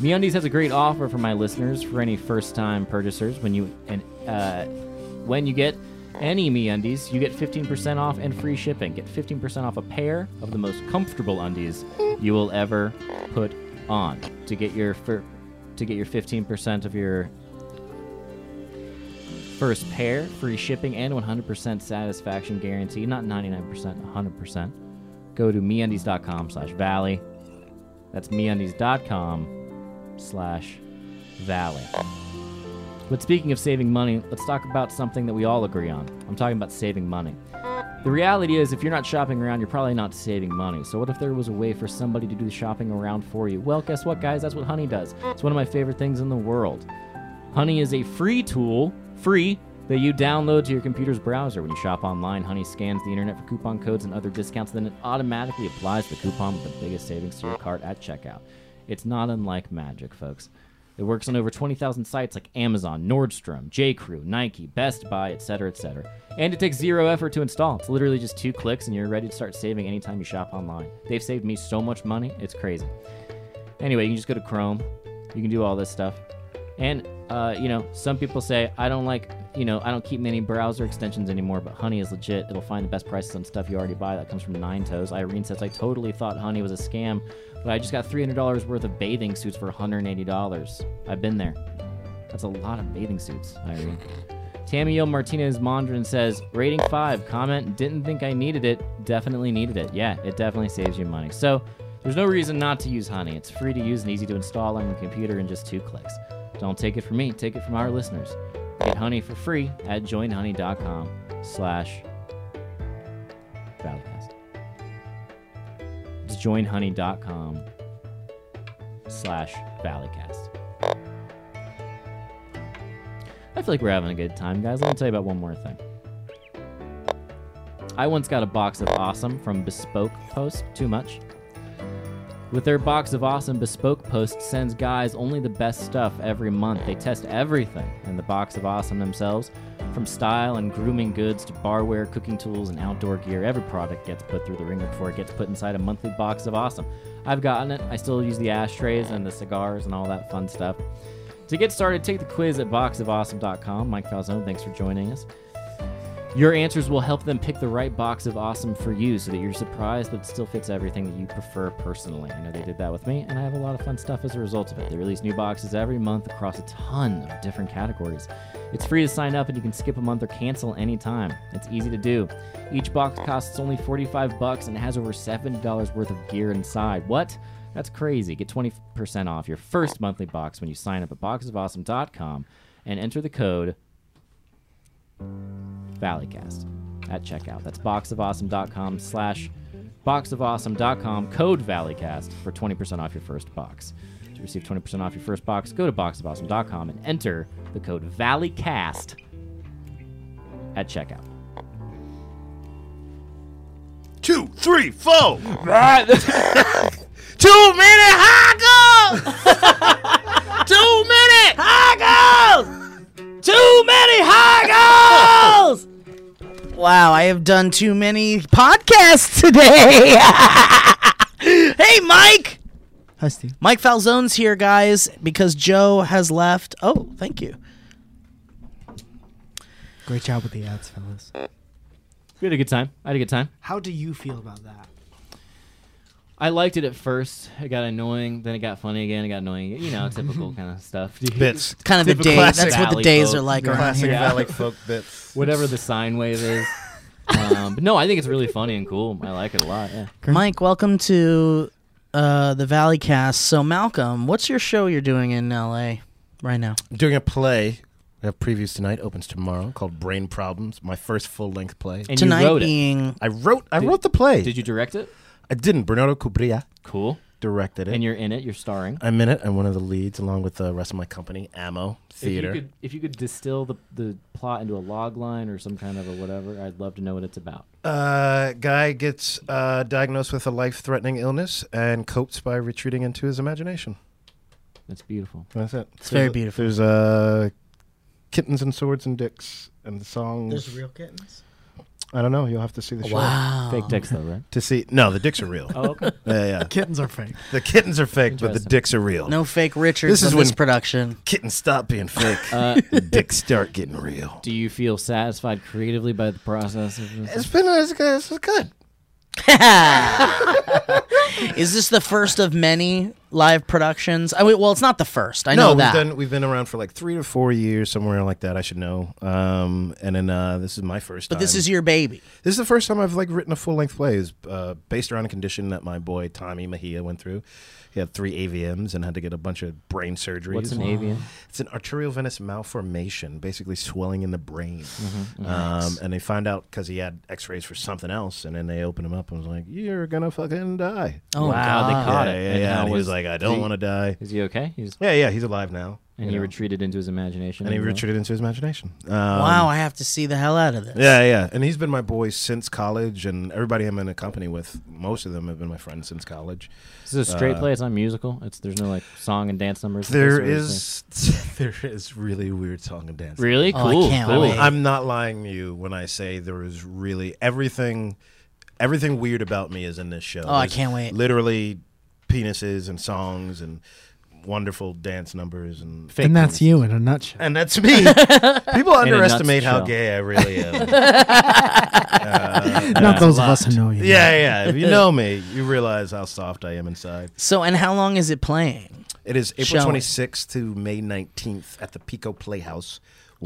MeUndies has a great offer for my listeners for any first-time purchasers. When you and uh, when you get any MeUndies, you get 15% off and free shipping. Get 15% off a pair of the most comfortable undies you will ever put on. To get your fir- to get your 15% of your first pair, free shipping, and 100% satisfaction guarantee. Not 99%, 100%. Go to MeUndies.com slash Valley. That's MeUndies.com slash Valley. But speaking of saving money, let's talk about something that we all agree on. I'm talking about saving money. The reality is, if you're not shopping around, you're probably not saving money. So, what if there was a way for somebody to do the shopping around for you? Well, guess what, guys? That's what Honey does. It's one of my favorite things in the world. Honey is a free tool, free, that you download to your computer's browser. When you shop online, Honey scans the internet for coupon codes and other discounts, then it automatically applies the coupon with the biggest savings to your cart at checkout. It's not unlike magic, folks. It works on over 20,000 sites like Amazon, Nordstrom, J.Crew, Nike, Best Buy, etc., etc. And it takes zero effort to install. It's literally just two clicks and you're ready to start saving anytime you shop online. They've saved me so much money, it's crazy. Anyway, you can just go to Chrome. You can do all this stuff. And uh, you know, some people say I don't like, you know, I don't keep many browser extensions anymore, but Honey is legit. It'll find the best prices on stuff you already buy. That comes from Nine Toes. Irene says I totally thought Honey was a scam, but I just got three hundred dollars worth of bathing suits for one hundred eighty dollars. I've been there. That's a lot of bathing suits, Irene. Tamiel Martinez Mondrin says, rating five, comment, didn't think I needed it, definitely needed it. Yeah, it definitely saves you money. So there's no reason not to use Honey. It's free to use and easy to install on your computer in just two clicks. Don't take it from me, take it from our listeners. Get Honey for free at joinhoney.com slash valleycast. It's joinhoney.com slash valleycast. I feel like we're having a good time, guys. Let me tell you about one more thing. I once got a box of awesome from Bespoke Post. Too much. With their box of awesome, Bespoke Post sends guys only the best stuff every month. They test everything in the box of awesome themselves, from style and grooming goods to barware, cooking tools, and outdoor gear. Every product gets put through the ringer before it gets put inside a monthly box of awesome. I've gotten it. I still use the ashtrays and the cigars and all that fun stuff. To get started, take the quiz at boxofawesome.com. Mike Falzone, thanks for joining us. Your answers will help them pick the right box of awesome for you so that you're surprised but still fits everything that you prefer personally. I know they did that with me, and I have a lot of fun stuff as a result of it. They release new boxes every month across a ton of different categories. It's free to sign up, and you can skip a month or cancel anytime. It's easy to do. Each box costs only 45 bucks and has over $70 worth of gear inside. What? That's crazy. Get 20% off your first monthly box when you sign up at boxofawesome.com and enter the code valleycast at checkout. That's boxofawesome.com slash boxofawesome.com code valleycast for 20% off your first box. To receive 20% off your first box, go to boxofawesome.com and enter the code valleycast at checkout.
Two, three, four. Two minute high goal.
Too many high goals! Too many high goals! [laughs] Wow, I have done too many podcasts today. [laughs] hey, Mike! Hi, Steve. Mike Falzone's here, guys, because Joe has left. Oh, thank you.
Great job with the ads, fellas.
We had a good time. I had a good time.
How do you feel about that?
I liked it at first. It got annoying. Then it got funny again. It got annoying. again. You know, typical kind of stuff.
Bits.
Kind of the
Typical
day.
classic
That's what the
Valley
days
folk.
are like around
Classic
here.
Valley folk bits.
[laughs] Whatever the sine wave is. um, but no, I think it's really funny and cool. I like it a lot. Yeah.
Mike, welcome to uh, the Valley Cast. So, Malcolm, what's your show you're doing in LA right now?
Doing a play. We have previews tonight. Opens tomorrow. Called Brain Problems. My first full length play.
And
Tonight
you wrote it.
being
I wrote. I wrote the play.
Did you direct it?
I didn't. Bernardo Cubria
Cool.
directed it.
And you're in it. You're starring.
I'm in it. I'm one of the leads, along with the rest of my company, Ammo Theater.
If you could, if you could distill the, the plot into a log line or some kind of a whatever, I'd love to know what it's about.
Uh, guy gets uh, diagnosed with a life-threatening illness and copes by retreating into his imagination.
That's beautiful.
That's it. It's
very beautiful.
There's uh, kittens and swords and dicks and the song.
real kittens.
I don't know. You'll have to see the show
wow.
Fake dicks, though, right?
to see. No, the dicks are real.
[laughs] Oh, okay.
Yeah, yeah.
Kittens are fake.
The kittens are fake, but the
Interesting.
dicks are real.
No fake Richards
This
this
is
this
when-
production. [laughs]
Kittens stop being fake.
Uh,
dicks start getting real.
do you feel satisfied creatively by the process? Of this?
It's been it's good. It's good.
Is this the first of many live productions? I mean, well, it's not the first. I
no,
know
we've
that.
done we've been around for like three or four years, somewhere like that. I should know. Um, and then uh, this is my first.
but this
time.
is your baby.
This is the first time I've like written a full length play. It's uh, based around a condition that my boy Tommy Mejia went through. He had three AVMs and had to get a bunch of brain surgeries.
What's an avian?
It's an arterial venous malformation, basically swelling in the brain. Um, and they found out because he had X rays for something else, and then they opened him up and was like, "You're gonna fucking die."
Oh,
wow,
God.
they caught
yeah,
it.
yeah,
And
yeah.
how
And he was
was-
like, "I don't
he-
want to die."
Is he okay? He's
Yeah, yeah. He's alive now,
and
you
he
know.
retreated into his imagination.
and he
you know?
retreated into his imagination. Um,
wow, I have to see the hell out of this.
Yeah, yeah. And he's been my boy since college, and everybody I'm in a company with, most of them have been my friends since college.
This is a straight
Uh,
play. It's not musical. It's there's no like song and dance numbers.
There
That's what it's
is [laughs] there is really weird song and dance.
like. really
Oh, I
cool.
can't
cool.
wait.
I'm not lying to you when I say there is really everything everything weird about me is in this show.
Oh, I
There's
can't wait.
Literally penises and songs and wonderful dance numbers and
Fake
and that's
news.
you in a nutshell.
and that's me. People underestimate how
nutshell.
gay I really am. Uh,
Not those of us who know you.
yeah, yeah. If you know me, you realize how soft I am inside.
So, and how long is it playing?
It is April
Shall we?
26th to May 19th at the Pico Playhouse,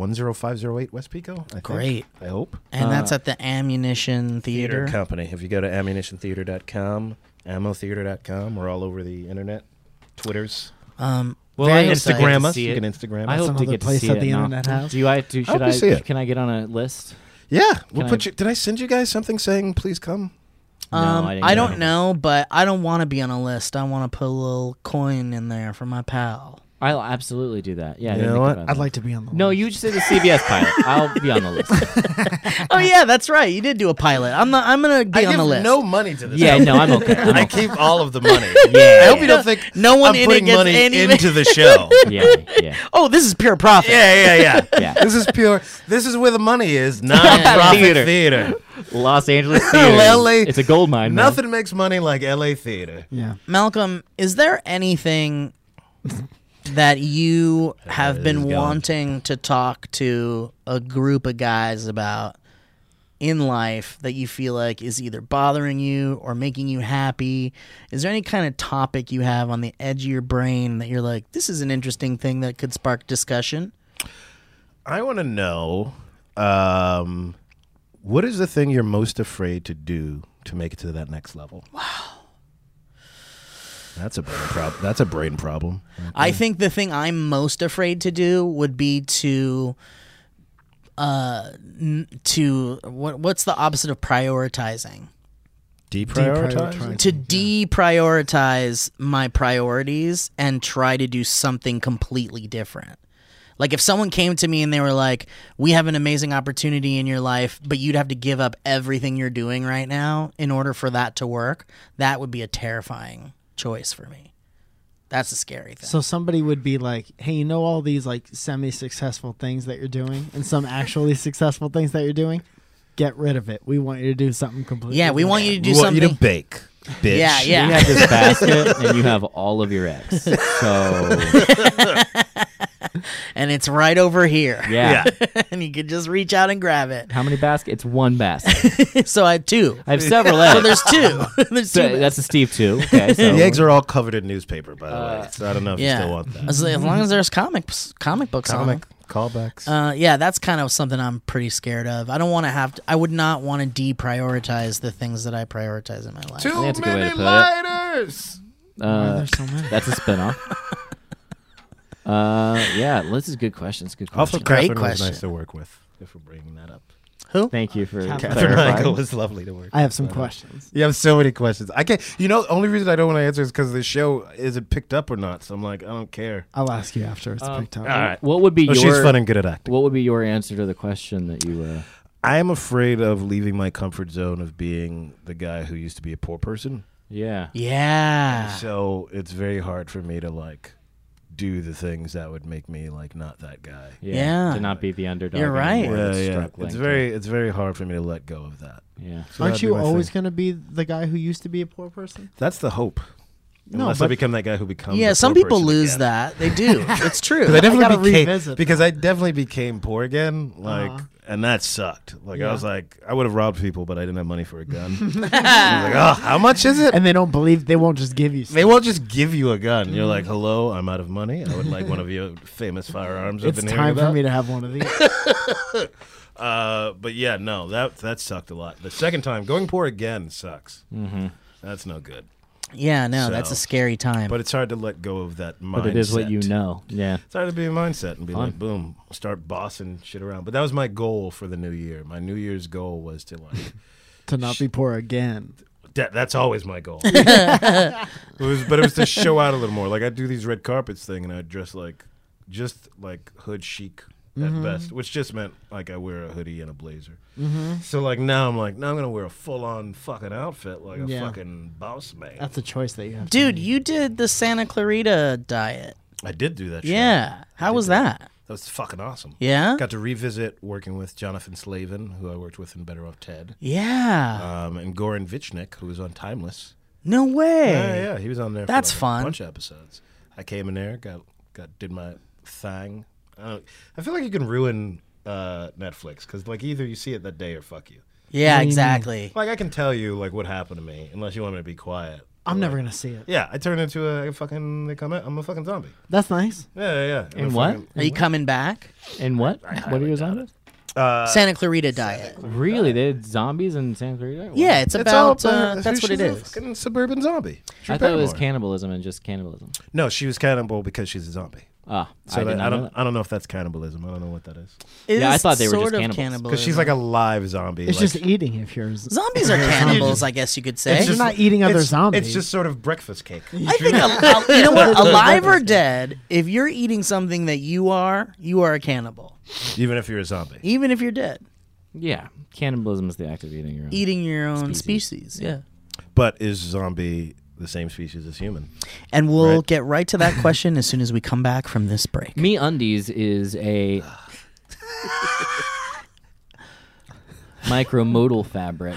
10508 West Pico. I think.
Great.
I hope.
And
Uh,
that's at the Ammunition Theater.
Company. If you go to ammunitiontheater.com, ammotheater.com, we're all over the internet, Twitters.
Um,
Well,
very
I hope
excited.
I get
Instagram
to
us.
see
You
it.
can Instagram
I
us.
hope
Some
to
other
get to
place
see
that
it.
the
now.
internet has.
Do I? Do, should
we
I?
see it.
Can I get on a list?
Yeah, we'll
Can
put
I-
you. Did I send you guys something saying please come?
Um,
I didn't
I
get
don't
it.
know, but I don't want to be on a list. I want to put a little coin in there for
[laughs]
my pal.
I'll absolutely do that. Yeah. I
You
didn't
know
think
what?
about
I'd
that.
like to be on the
No,
list.
you just did the CBS pilot. I'll be on the list.
Oh yeah, that's right. You did do a pilot. I'm not. I'm gonna be
I
on
give
the list.
no money to this.
Yeah,
company.
no, I'm okay. I'm
I [laughs]
okay.
keep all of the money.
Yeah.
I hope you don't think
No one in
I'm
it
putting
gets
money
any-
into the show.
Yeah, yeah.
Oh, this is pure profit.
yeah, yeah, yeah,
[laughs]
[laughs]
Yeah.
This is pure. This is where the money is. Non-profit
[laughs] Theater.
theater.
Los Angeles
LA.
It's a gold mine. man.
Nothing makes money like LA theater.
Yeah.
Malcolm, is there anything that you have
this
been
is going.
wanting to talk to a group of guys about in life that you feel like is either bothering you or making you happy? Is there any kind of topic you have on the edge of your brain that you're like, this is an interesting thing that could spark discussion?
I want to know um, what is the thing you're most afraid to do to make it to that next level. Wow. That's a brain problem. That's a brain problem.
I think the thing I'm most afraid to do would be to uh n- to what what's the opposite of prioritizing?
Deprioritize.
to deprioritize my priorities and try to do something completely different. Like if someone came to me and they were like, "We have an amazing opportunity in your life, but you'd have to give up everything you're doing right now in order for that to work," that would be a terrifying choice for me. That's a scary thing.
So somebody would be like, "Hey, you know all these like semi-successful things that you're doing, and some actually [laughs] successful things that you're doing. Get rid of it. We want you to do something completely.
yeah, we want you to do something.
you to bake, bitch.
yeah,
You
yeah.
have this basket, and you have all of your eggs. So
and it's right over here.
yeah. [laughs]
[laughs] and you could just reach out and grab it.
How many baskets? It's one basket.
so I had two.
I have several eggs.
So there's two. [laughs] there's two.
So that's a Steve too. Okay, so uh,
The eggs are all covered in newspaper, by the way. So I don't know if
yeah.
you still want that.
As, as long as there's comics, comic books on
Mm-hmm. Comic
them.
callbacks.
Uh, yeah, that's kind of something I'm pretty scared of. I don't want to have to. I would not want to deprioritize the things that I prioritize in my life.
Too
that's a good way
many
to put it.
lighters.
Why are
uh,
there so many?
that's a spinoff. Uh, yeah, this is good questions. Good
Also,
question.
Catherine was
question.
nice to work with. If we're bringing that up,
Thank you for
Catherine
Catherine Michael
clarifying.
was lovely to work.
I have some questions.
You have so many questions. I can't. You know, the only reason I don't want to answer is because the show isn't picked up or not. So I'm like, I don't care.
I'll ask you after it's
Um,
picked up.
What would be
Oh,
your?
she's fun and good at acting.
What would be your answer to the question that you? Uh,
I am afraid of leaving my comfort zone of being the guy who used to be a poor person.
yeah.
Ah.
Yeah.
So it's very hard for me to like do the things that would make me like not that guy.
Yeah.
Yeah.
To not be the underdog.
You're right.
anymore
Yeah,
that's
yeah.
struggling
It's
to-
very it's very hard for me to let go of that.
Yeah.
So
Aren't
that'd be
you
my
always
thing.
going to be the guy who used to be a poor person?
That's the hope.
No,
Unless I
but-
become that guy who becomes.
Yeah,
a
some
poor
people
person
lose
again.
that.
[laughs]
They do. it's true.
'Cause I definitely
gotta
became,
revisit
because I definitely became poor again, like,
Uh-huh.
and that sucked. Like
Yeah.
I was like, I would have robbed people, but I didn't have money for a
[laughs]
gun. I was like, oh, how much is it?
And they don't believe they won't just give you.
They
Stuff.
won't just give you a gun. You're
Mm-hmm.
like, hello, I'm out of money. I would like one of your famous firearms. I've
It's
been hearing
time for me
about.
to have one of these.
Uh, but yeah, no, that that sucked a lot. The second time, going poor again sucks. Mm-hmm. That's no good.
yeah, no, that's
So-
a scary time.
But it's hard to let go of that mindset.
But it is what you know. Yeah.
It's hard to be a mindset and be
Fun.
like, boom, start bossing shit around. But that was my goal for the new year. My new year's goal was to like. [laughs]
to not be poor again.
that, that's always my goal. it was, but it was to show out a little more. Like I do these red carpets thing, and I dress like just like hood chic at best, which just meant like I wear a hoodie and a blazer. So like now I'm like now I'm gonna wear a full on fucking outfit like a
Yeah.
fucking boss man.
That's a choice that you have. to
Dude, you did the Santa Clarita diet.
I did do that. shit.
Yeah. How was that?
that was fucking awesome.
Yeah.
Got to revisit working with Jonathan Slavin, who I worked with in Better Off Ted,
Yeah.
um, and Goran Vichnik, who was on Timeless. Oh,
no way.
Yeah, yeah, he was on there.
That's
for like
fun.
A bunch of episodes. I I came in there, got got did my thing. I, don't, I feel like you can ruin uh, Netflix because like either you see it that day or fuck you.
Yeah,
mean?
exactly.
Like I can tell you like what happened to me unless you want me to be quiet.
I'm never gonna see it.
Yeah, I turn into a fucking. They come out. I'm a fucking zombie.
That's nice.
Yeah, yeah. yeah. I'm
And
a
what?
fucking-
Are you coming back?
And what? What are you on this?
Uh,
Santa Clarita Diet.
Really? They had zombies in San Diego?
Yeah, it's
It's all
about. uh,
about-
that's what it
she's a
is.
fucking suburban zombie. Drew
I thought it was
Barrymore.
cannibalism and just cannibalism.
No, she was cannibal because she's a zombie.
Ah,
So
I,
that-
did not
I
know
don't.
that.
I don't know if that's cannibalism. I don't know what that is.
It
Yeah, I
is
thought they were just
sort of
cannibals. 'Cause
Because she's like a live zombie.
It's
like-
just eating if you're. z-
[laughs]
zombies are cannibals, I guess you could say.
It's just- not eating other
it's-
zombies.
It's just sort of breakfast cake.
[laughs] I
[laughs]
think al- al- you know what, alive or dead, if you're eating something that you are, you are a cannibal,
Even if you're a zombie.
even if you're dead.
Yeah, cannibalism is the act of eating your own.
Eating your own
Species.
species, yeah.
But is zombie the same species as human?
And we'll
Right.
get right to that question as soon as we come back from this break.
Me undies
[laughs]
is a micromodal fabric.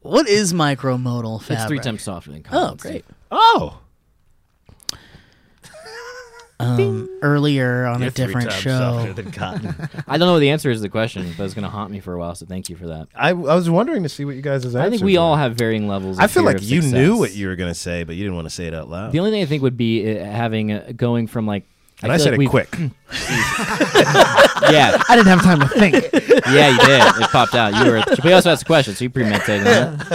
What is micromodal fabric?
It's three times softer than
Oh,
cotton.
great.
Oh,
Um, earlier on
You're
a
three
different
times
show,
softer than cotton. [laughs]
I don't know what the answer is to the question, but it's going to haunt me for a while. So thank you for that.
I, I was wondering to see what you guys' answers.
I think we
were.
all have varying levels. Of
I feel
fear
like
of
you
success.
knew what you were going to say, but you didn't want to say it out loud.
The only thing I think would be uh, having uh, going from like.
and I,
feel
said
like
it
we've-
quick.
[laughs] Yeah,
I didn't have time to think.
yeah, you did. It popped out. You were. We also asked a question, so you premeditated that.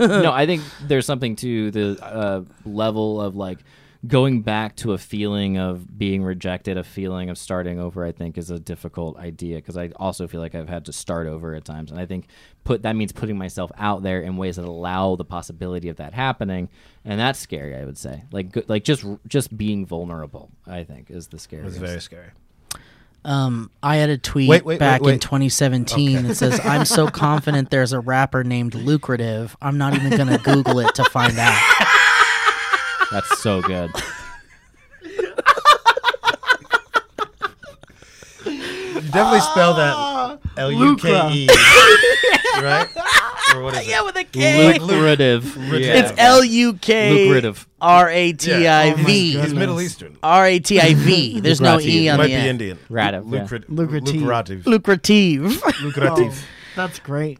Uh, no, I think there's something to the uh, level of like going back to a feeling of being rejected, a feeling of starting over. I think is a difficult idea because I also feel like I've had to start over at times, and I think put that means putting myself out there in ways that allow the possibility of that happening, and that's scary. I would say, like, go- like just just being vulnerable. I think is
It
the
was
[laughs] scariest.
very scary.
um, I had a tweet
Wait, wait,
back
wait,
in
wait.
2017 that says,
[laughs]
"I'm so confident there's a rapper named Lucrative. I'm not even gonna Google it to find out."
that's so good.
You definitely spell
Ah,
that L U K E,
[laughs]
right? Or what is it?
with a
Lucrative.
Lucrative.
It's L U K
Lucrative.
R A T I
He's
V.
Oh Middle Eastern.
R A T
[laughs]
I V. There's no E
He
on
might
the
be
end.
Indian.
Rativ, yeah.
Lucrat- Lucrative.
Lucrative.
Oh. Lucrative.
Lucrative.
That's great.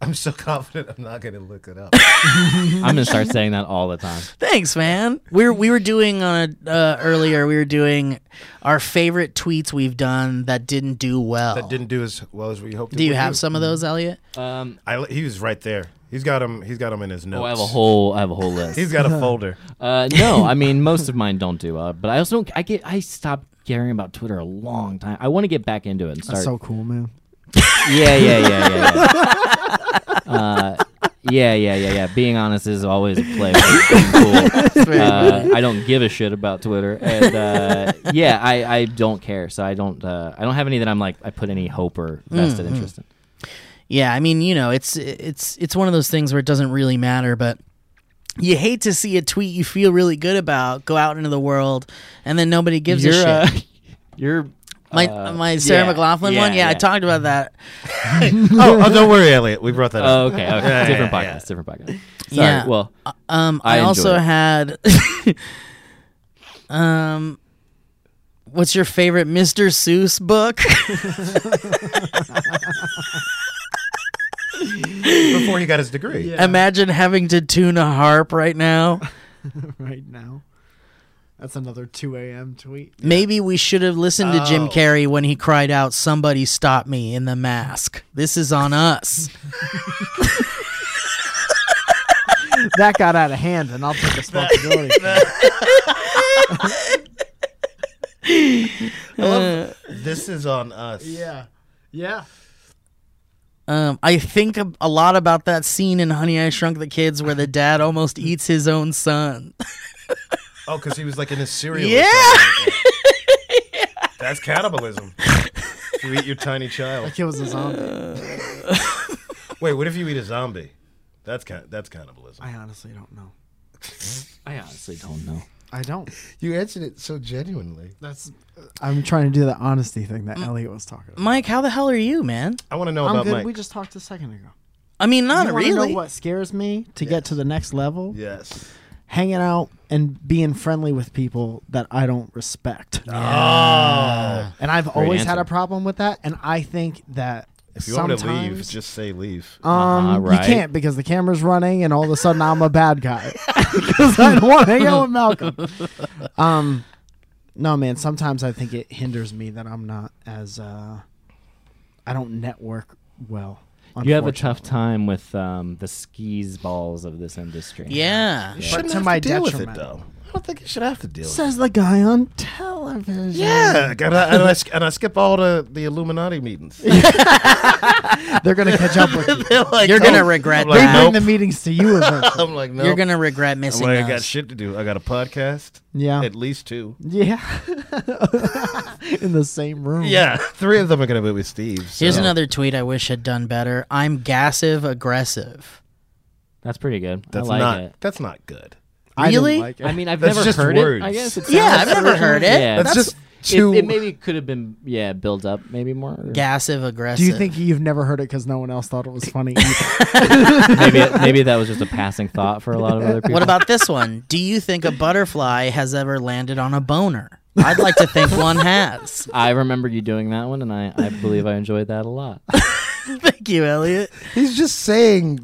I'm so [laughs] confident I'm not going to look it up.
I'm gonna start saying that all the
[laughs]
time.
Thanks, man. We were, we were doing on a, uh, earlier. We were doing our favorite tweets we've done that didn't do well.
that didn't do as well Mm-hmm. as we hoped.
do
it
you
would
have some of those, Elliot?
Um,
I, li- he was right there. He's got him. He's got him in his notes.
oh, I have a whole, I have a whole list. [laughs]
He's got a folder. Oh,
Uh, no, I mean most of mine don't do well, but I also don't. I get, I stopped caring about Twitter a long time. I want to get back into it and start.
That's so cool, man.
yeah, yeah, yeah, yeah. yeah. [laughs] uh, yeah, yeah, yeah, yeah. Being honest is always a [laughs] play. It's been cool. Uh, I don't give a shit about Twitter, and uh, yeah, I, I don't care. So I don't uh, I don't have any that I'm like I put any hope or vested interest in.
Yeah, I mean, you know, it's it's it's one of those things where it doesn't really matter, but you hate to see a tweet you feel really good about go out into the world and then nobody gives a shit.
You're, uh, [laughs] you're
my
uh,
my Sarah
yeah,
McLaughlin one, yeah, I
yeah.
talked about that.
oh, oh, don't worry, Elliot. We brought that
Oh,
up.
okay.
[laughs]
okay.
Yeah,
different
yeah,
podcast.
yeah.
Different podcast. Sorry.
Yeah.
Well,
Um,
I
I,
enjoy
also
it.
had. [laughs] um, what's your favorite Mr. Seuss book? [laughs]
Before he got his degree.
Imagine having to tune a harp right now.
[laughs] Right now. That's another 2 a.m. tweet.
Maybe we should have listened to Jim
Oh.
Carrey when he cried out, "Somebody stop me!" in the mask. This is on us.
that got out of hand, and I'll take [laughs] responsibility. for it.
I love- this is on us.
[laughs] yeah. Yeah.
Um, I think a, a lot about that scene in Honey I Shrunk the Kids where the dad almost eats his own son.
Oh, because he was like in a cereal. or
Yeah.
something like that. That's cannibalism. you eat your tiny child.
Like it was a zombie.
Wait, what if you eat a zombie? That's ca- that's cannibalism.
I honestly don't know.
I honestly don't know.
I don't.
You answered it so genuinely.
That's. I'm trying to do the honesty thing that Elliot was talking about.
Mike, how the hell are you, man?
I want to know
I'm
about
good.
Mike.
We just talked a second ago.
I mean, not
you wanna
really.
Know what scares me to get to the next level?
yes.
hanging out and being friendly with people that I don't respect.
Ah.
And I've always had a
answer.
problem with that. And I think that
If you
sometimes,
want me to leave, just say leave.
um,
Uh-huh, right.
you can't because the camera's running, and all of a sudden I'm a bad guy [laughs] because I don't want to hang out
[laughs]
with Malcolm. Um, no, man. Sometimes I think it hinders me that I'm not as uh, I don't network well.
You have a
unfortunately.
tough time with um, the skis balls of this industry.
Yeah.
You
but
shouldn't
to
have
my
to deal
detriment.
with it though. I don't think you should have to deal. with it.
Says the guy on television.
Yeah, and I, and I sk- and I skip all the, the Illuminati meetings.
they're gonna catch
[laughs]
up with you.
You're gonna regret
like,
They
that.
bring
Nope.
the meetings to
[laughs]
you. eventually.
I'm like, no,
You're gonna regret missing
I got
those.
shit to do. I got a podcast,
yeah,
at least two.
Mm. yeah. [laughs] In the same room.
Yeah, three of them are gonna be with Steve. So.
Here's another tweet I wish had done better. I'm gassive aggressive.
That's pretty good.
That's
I like
not.
it.
That's not good.
I didn't
Really?
like it.
I mean,
[laughs]
I've
That's
never
just
heard
words.
it. I guess it
Yeah,
sounds
I've never heard it.
Yeah.
That's, just
It,
too.
it maybe could have been yeah built up maybe more. or-
Gassive aggressive.
Do you think you've never heard it because no one else thought it was funny? [laughs]
[laughs]
either?
maybe maybe that was just a passing thought for a lot of other people.
What about this one? Do you think a butterfly has ever landed on a boner? I'd like to think one
[laughs]
has.
I remember you doing that one, and I, I believe I enjoyed that a lot.
Thank you, Elliot.
He's just saying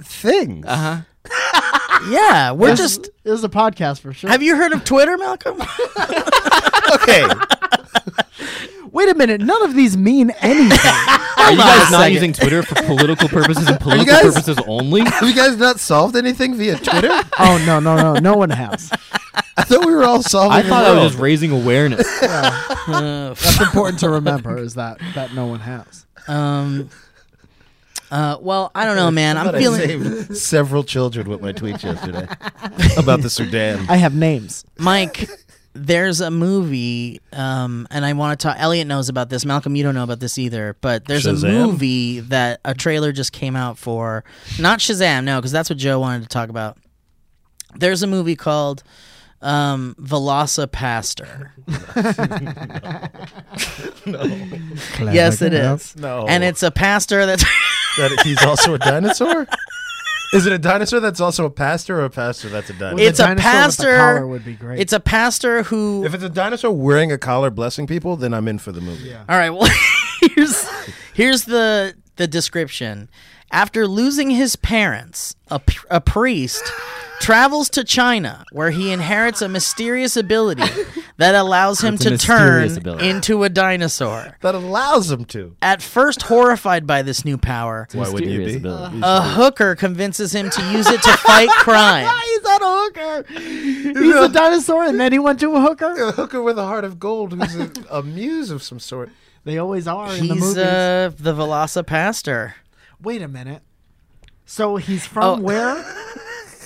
things.
Uh-huh.
Yeah, we're
This-
just.
this is a podcast for sure.
Have you heard of Twitter, Malcolm?
Okay,
Wait a minute, none of these mean anything.
Are you
on
guys
a
not
second.
using Twitter for political
[laughs]
purposes and political
guys-
purposes
[laughs]
only?
have you guys not solved anything via Twitter?
[laughs] oh no, no, no, no one has.
I thought we were all solving.
I
the
thought I was
world.
just raising awareness.
[laughs]
Uh,
That's important to remember is that that no one has.
um. Uh, well, I don't know, man. I'm
But I
feeling
saved several children with my
[laughs]
tweets yesterday about the Sudan.
I have names.
Mike, there's a movie, um, and I want to talk. Elliot knows about this. Malcolm, you don't know about this either. But there's a
Shazam?
movie that a trailer just came out for. Not Shazam, no, because that's what Joe wanted to talk about. There's a movie called um, Velocipaster. yes, it is.
No.
And it's a pastor that's.
that he's also a dinosaur? Is it a dinosaur that's also a pastor or a pastor that's a dinosaur?
[laughs] It's a
dinosaur with
pastor-
collar would be great.
it's a pastor who.
if it's a dinosaur wearing a collar blessing people, then I'm in for the movie.
Yeah.
All right. Well, [laughs] here's here's the the description. After losing his parents, a, p- a priest travels to China where he inherits a mysterious ability that allows him
It's a
to turn
mysterious ability.
into a dinosaur.
That allows him to.
At first horrified by this new power,
Why wouldn't you be?
a hooker convinces him to use it to fight crime.
He's not a hooker. He's a dinosaur, and then he went to a hooker.
A hooker with a heart of gold who's a, a muse of some sort.
They always are in the
He's
movies.
uh, the Velocipaster.
Wait a minute. So he's from
Oh. [laughs]
where?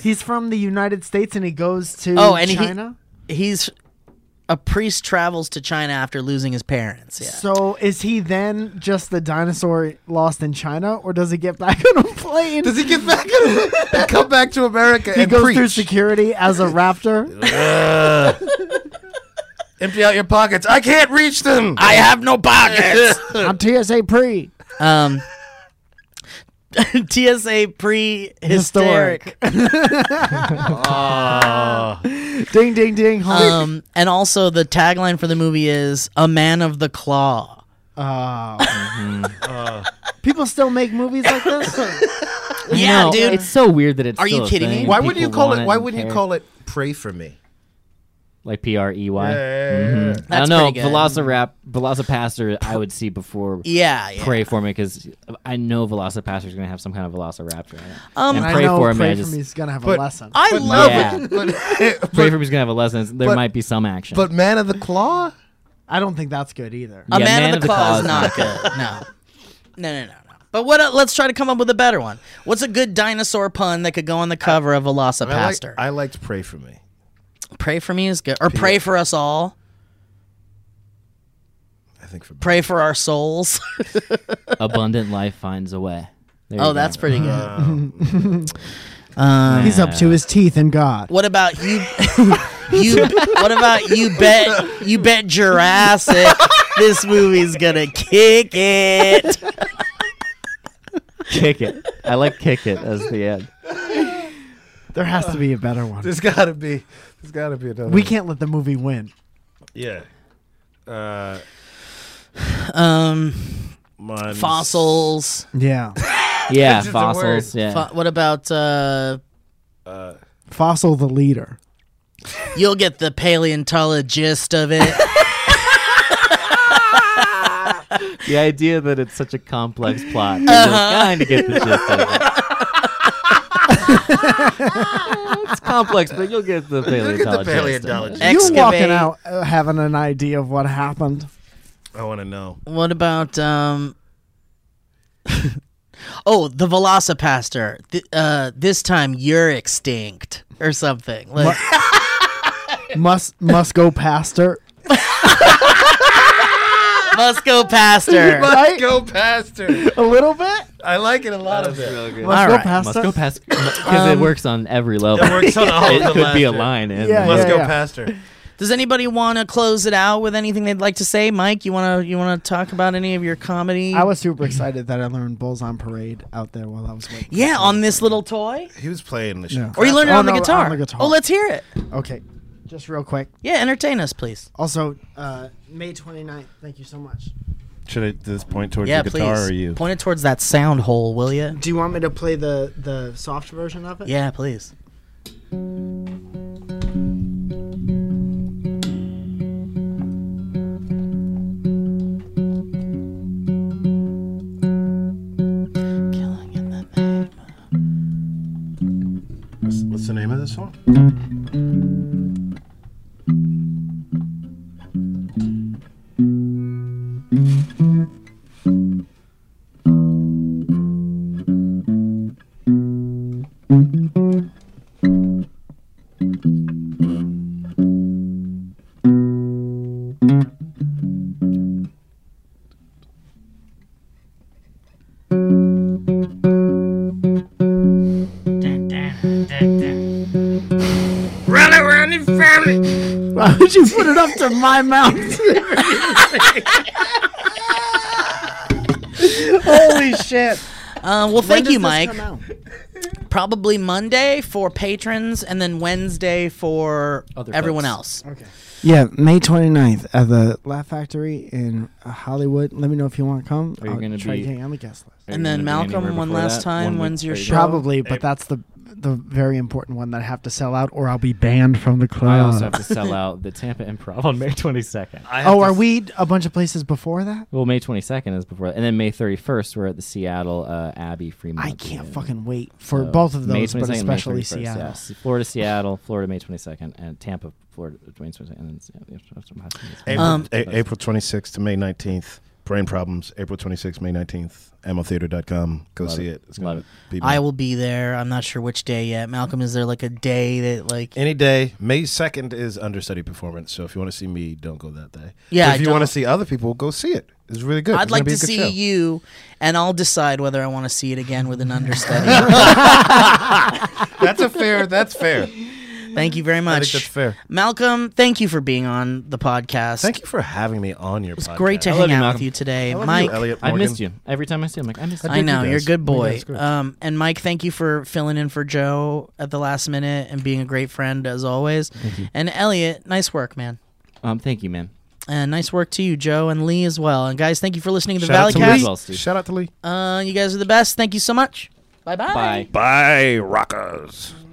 He's from the United States, and he goes to
Oh, and he-
China.
He's a priest travels to China after losing his parents. Yeah.
So is he then just the dinosaur lost in China, or does he get back [laughs] on a plane?
Does he get back and [laughs] come back to America
he
and
goes
preach?
through security as a [laughs] raptor.
Empty out your pockets. I can't reach them.
I have no pockets.
I'm TSA pre.
Um, [laughs] TSA pre hysteric.
Historic. [laughs] Ding ding ding. honk.
Uh,
Um, and also the tagline for the movie is "A Man of the Claw."
Oh. People still make movies like
[laughs]
this.
Yeah, dude.
It's so weird that it's.
Are you
still a
kidding me?
[laughs]
thing.
why wouldn't you
People
call
want
it? Why
and
wouldn't you
care.
call it? Pray for me.
like P R E Y?
Mm-hmm.
I
That's
don't know.
pretty good.
Velocirap, Velocipaster, I would see before.
Yeah, yeah.
Pray for me because I know Velocipaster is going to have some kind of Velociraptor. In it.
Um,
and
I
pray
know.
for me.
pray
I
for
just,
me's gonna have
But-
a lesson.
I
But
love
no,
it.
but-
But,
[laughs] pray for me's going to have a lesson. There
but-
might be some action.
but man of the claw.
I don't think that's good either.
A
Yeah,
man,
Man
of the Claw is not
not
good. No, no, no, no, no. But what? el- Let's try to come up with a better one. What's a good dinosaur pun that could go on the cover of
I, like,
Velocipaster?
I liked pray for me.
pray for me is good, or pray for us all.
I think for me.
Pray for our souls. [laughs]
Abundant life finds a way. There you
oh,
go.
that's pretty good.
He's up to his teeth in God.
What about
[laughs]
you? you. What about you? Bet you bet Jurassic. this movie's gonna kick it.
kick it. I like kick it as the end.
There has to be a better one.
There's gotta be. There's gotta be another.
We can't let the movie win.
Yeah. Uh,
Um,
mine's-
fossils.
[laughs]
Yeah.
Yeah,
It's just a word.
fossils. Yeah.
Fo- what about uh?
Fossil the leader.
You'll get the paleontologist of it.
the idea that it's such a complex plot. You kind of get the gist of it. [laughs] it's complex, but you'll get the
Look at the
paleontologist.
paleontologist.
[laughs] You're
Excavate.
walking out uh, having an idea of what happened.
I want to know.
What about um? oh, the Velocipaster. Th- uh, this time you're extinct or something. Like,
Must must go past
[laughs]
her.
must go past her.
[laughs] Right?
Go past her.
A little bit.
I like it a lot of it.
Must
All
go
right,
past
Must
her.
go past because it works on every level.
Um, It works on all
it
the
could be a
laughter.
line. In
Yeah,
Must
yeah,
go
yeah.
past her.
Does anybody want to close it out with anything they'd like to say, Mike? You wanna you wanna talk about any of your comedy?
I was super excited that I learned Bulls on Parade out there while I was waiting.
yeah, on this little toy,
He was playing the
Yeah.
show.
or you learned it
Oh,
on, the
no, on
guitar?
the guitar.
Oh, let's hear it.
Okay. Just real quick.
Yeah, entertain us, please.
Also, uh, May 29th. Thank you so much.
Should I this point towards
yeah,
the
please.
guitar or you?
Point it towards that sound hole, will you?
Do you want me to play the the soft version of it?
Yeah, please. Killing in the name of-
What's, what's the name of this song?
Why would you put it up to
[laughs]
my mouth? [laughs] Holy shit.
Uh, well,
When
thank
does
you,
this
Mike.
come out?
Probably Monday for patrons, and then Wednesday for
Other
everyone else.
folks.
Yeah, May 29th at the Laugh Factory in uh, Hollywood. Let me know if you want to come.
Are you
I'll
gonna
try
be-
getting on the guest list.
And then Malcolm, one last time. when's your show?
Probably, but that's the the very important one that I have to sell out or I'll be banned from the club.
I also have to sell out the Tampa [laughs] Improv on May 22nd.
oh, are we a bunch of places before that?
Well, May 22nd is before, and then May 31st we're at the Seattle uh, Abbey Fremont.
I can't
Theater.
fucking wait for
So,
both of
May
those, but
22nd, May
especially
31st,
Seattle.
yeah. S- Florida, Seattle, Florida, May 22nd, and Tampa, Florida, May 22nd, and then S- yeah, that's what I'm asking.
April,
Um,
A- April 26th to May 19th. Brain problems. April 26th, May 19th. AmoTheater.com. Go see it. It's
Love
gonna be.
I will be there. I'm not sure which day yet. Malcolm, is there like a day that like?
Any day. May 2nd is understudy performance. So if you want to see me, don't go that day.
Yeah,
But
I
If you want to
don't.
see other people, go see it. It's really good.
I'd
It's gonna
like
be
to
a good
see
show.
you, and I'll decide whether I want to see it
[laughs]
again with an understudy.
That's a fair. That's fair.
[laughs] thank you very
I think
much,
that's fair.
Malcolm. Thank you for being on the podcast.
Thank you for having me on your podcast.
Great to
I
hang
love you,
out with
Malcolm.
you today,
I love you,
Mike.
Elliot
I missed
Morgan.
you every time I see him. Like I missed.
I
you.
know
you
you're a
guys.
good
I
boy.
think that's great.
Um, and Mike, thank you for filling in for Joe at the last minute and being a great friend as always. And Elliot, nice work, man.
Um, thank you, man.
And nice work to you, Joe and Lee as well. And guys, thank you for listening to the
Shout out
Valley
to
Valleycast.
Cast.
Well, Steve.
Shout out to Lee.
Uh, you guys are the best. Thank you so much. Bye-bye.
Bye.
Bye, rockers.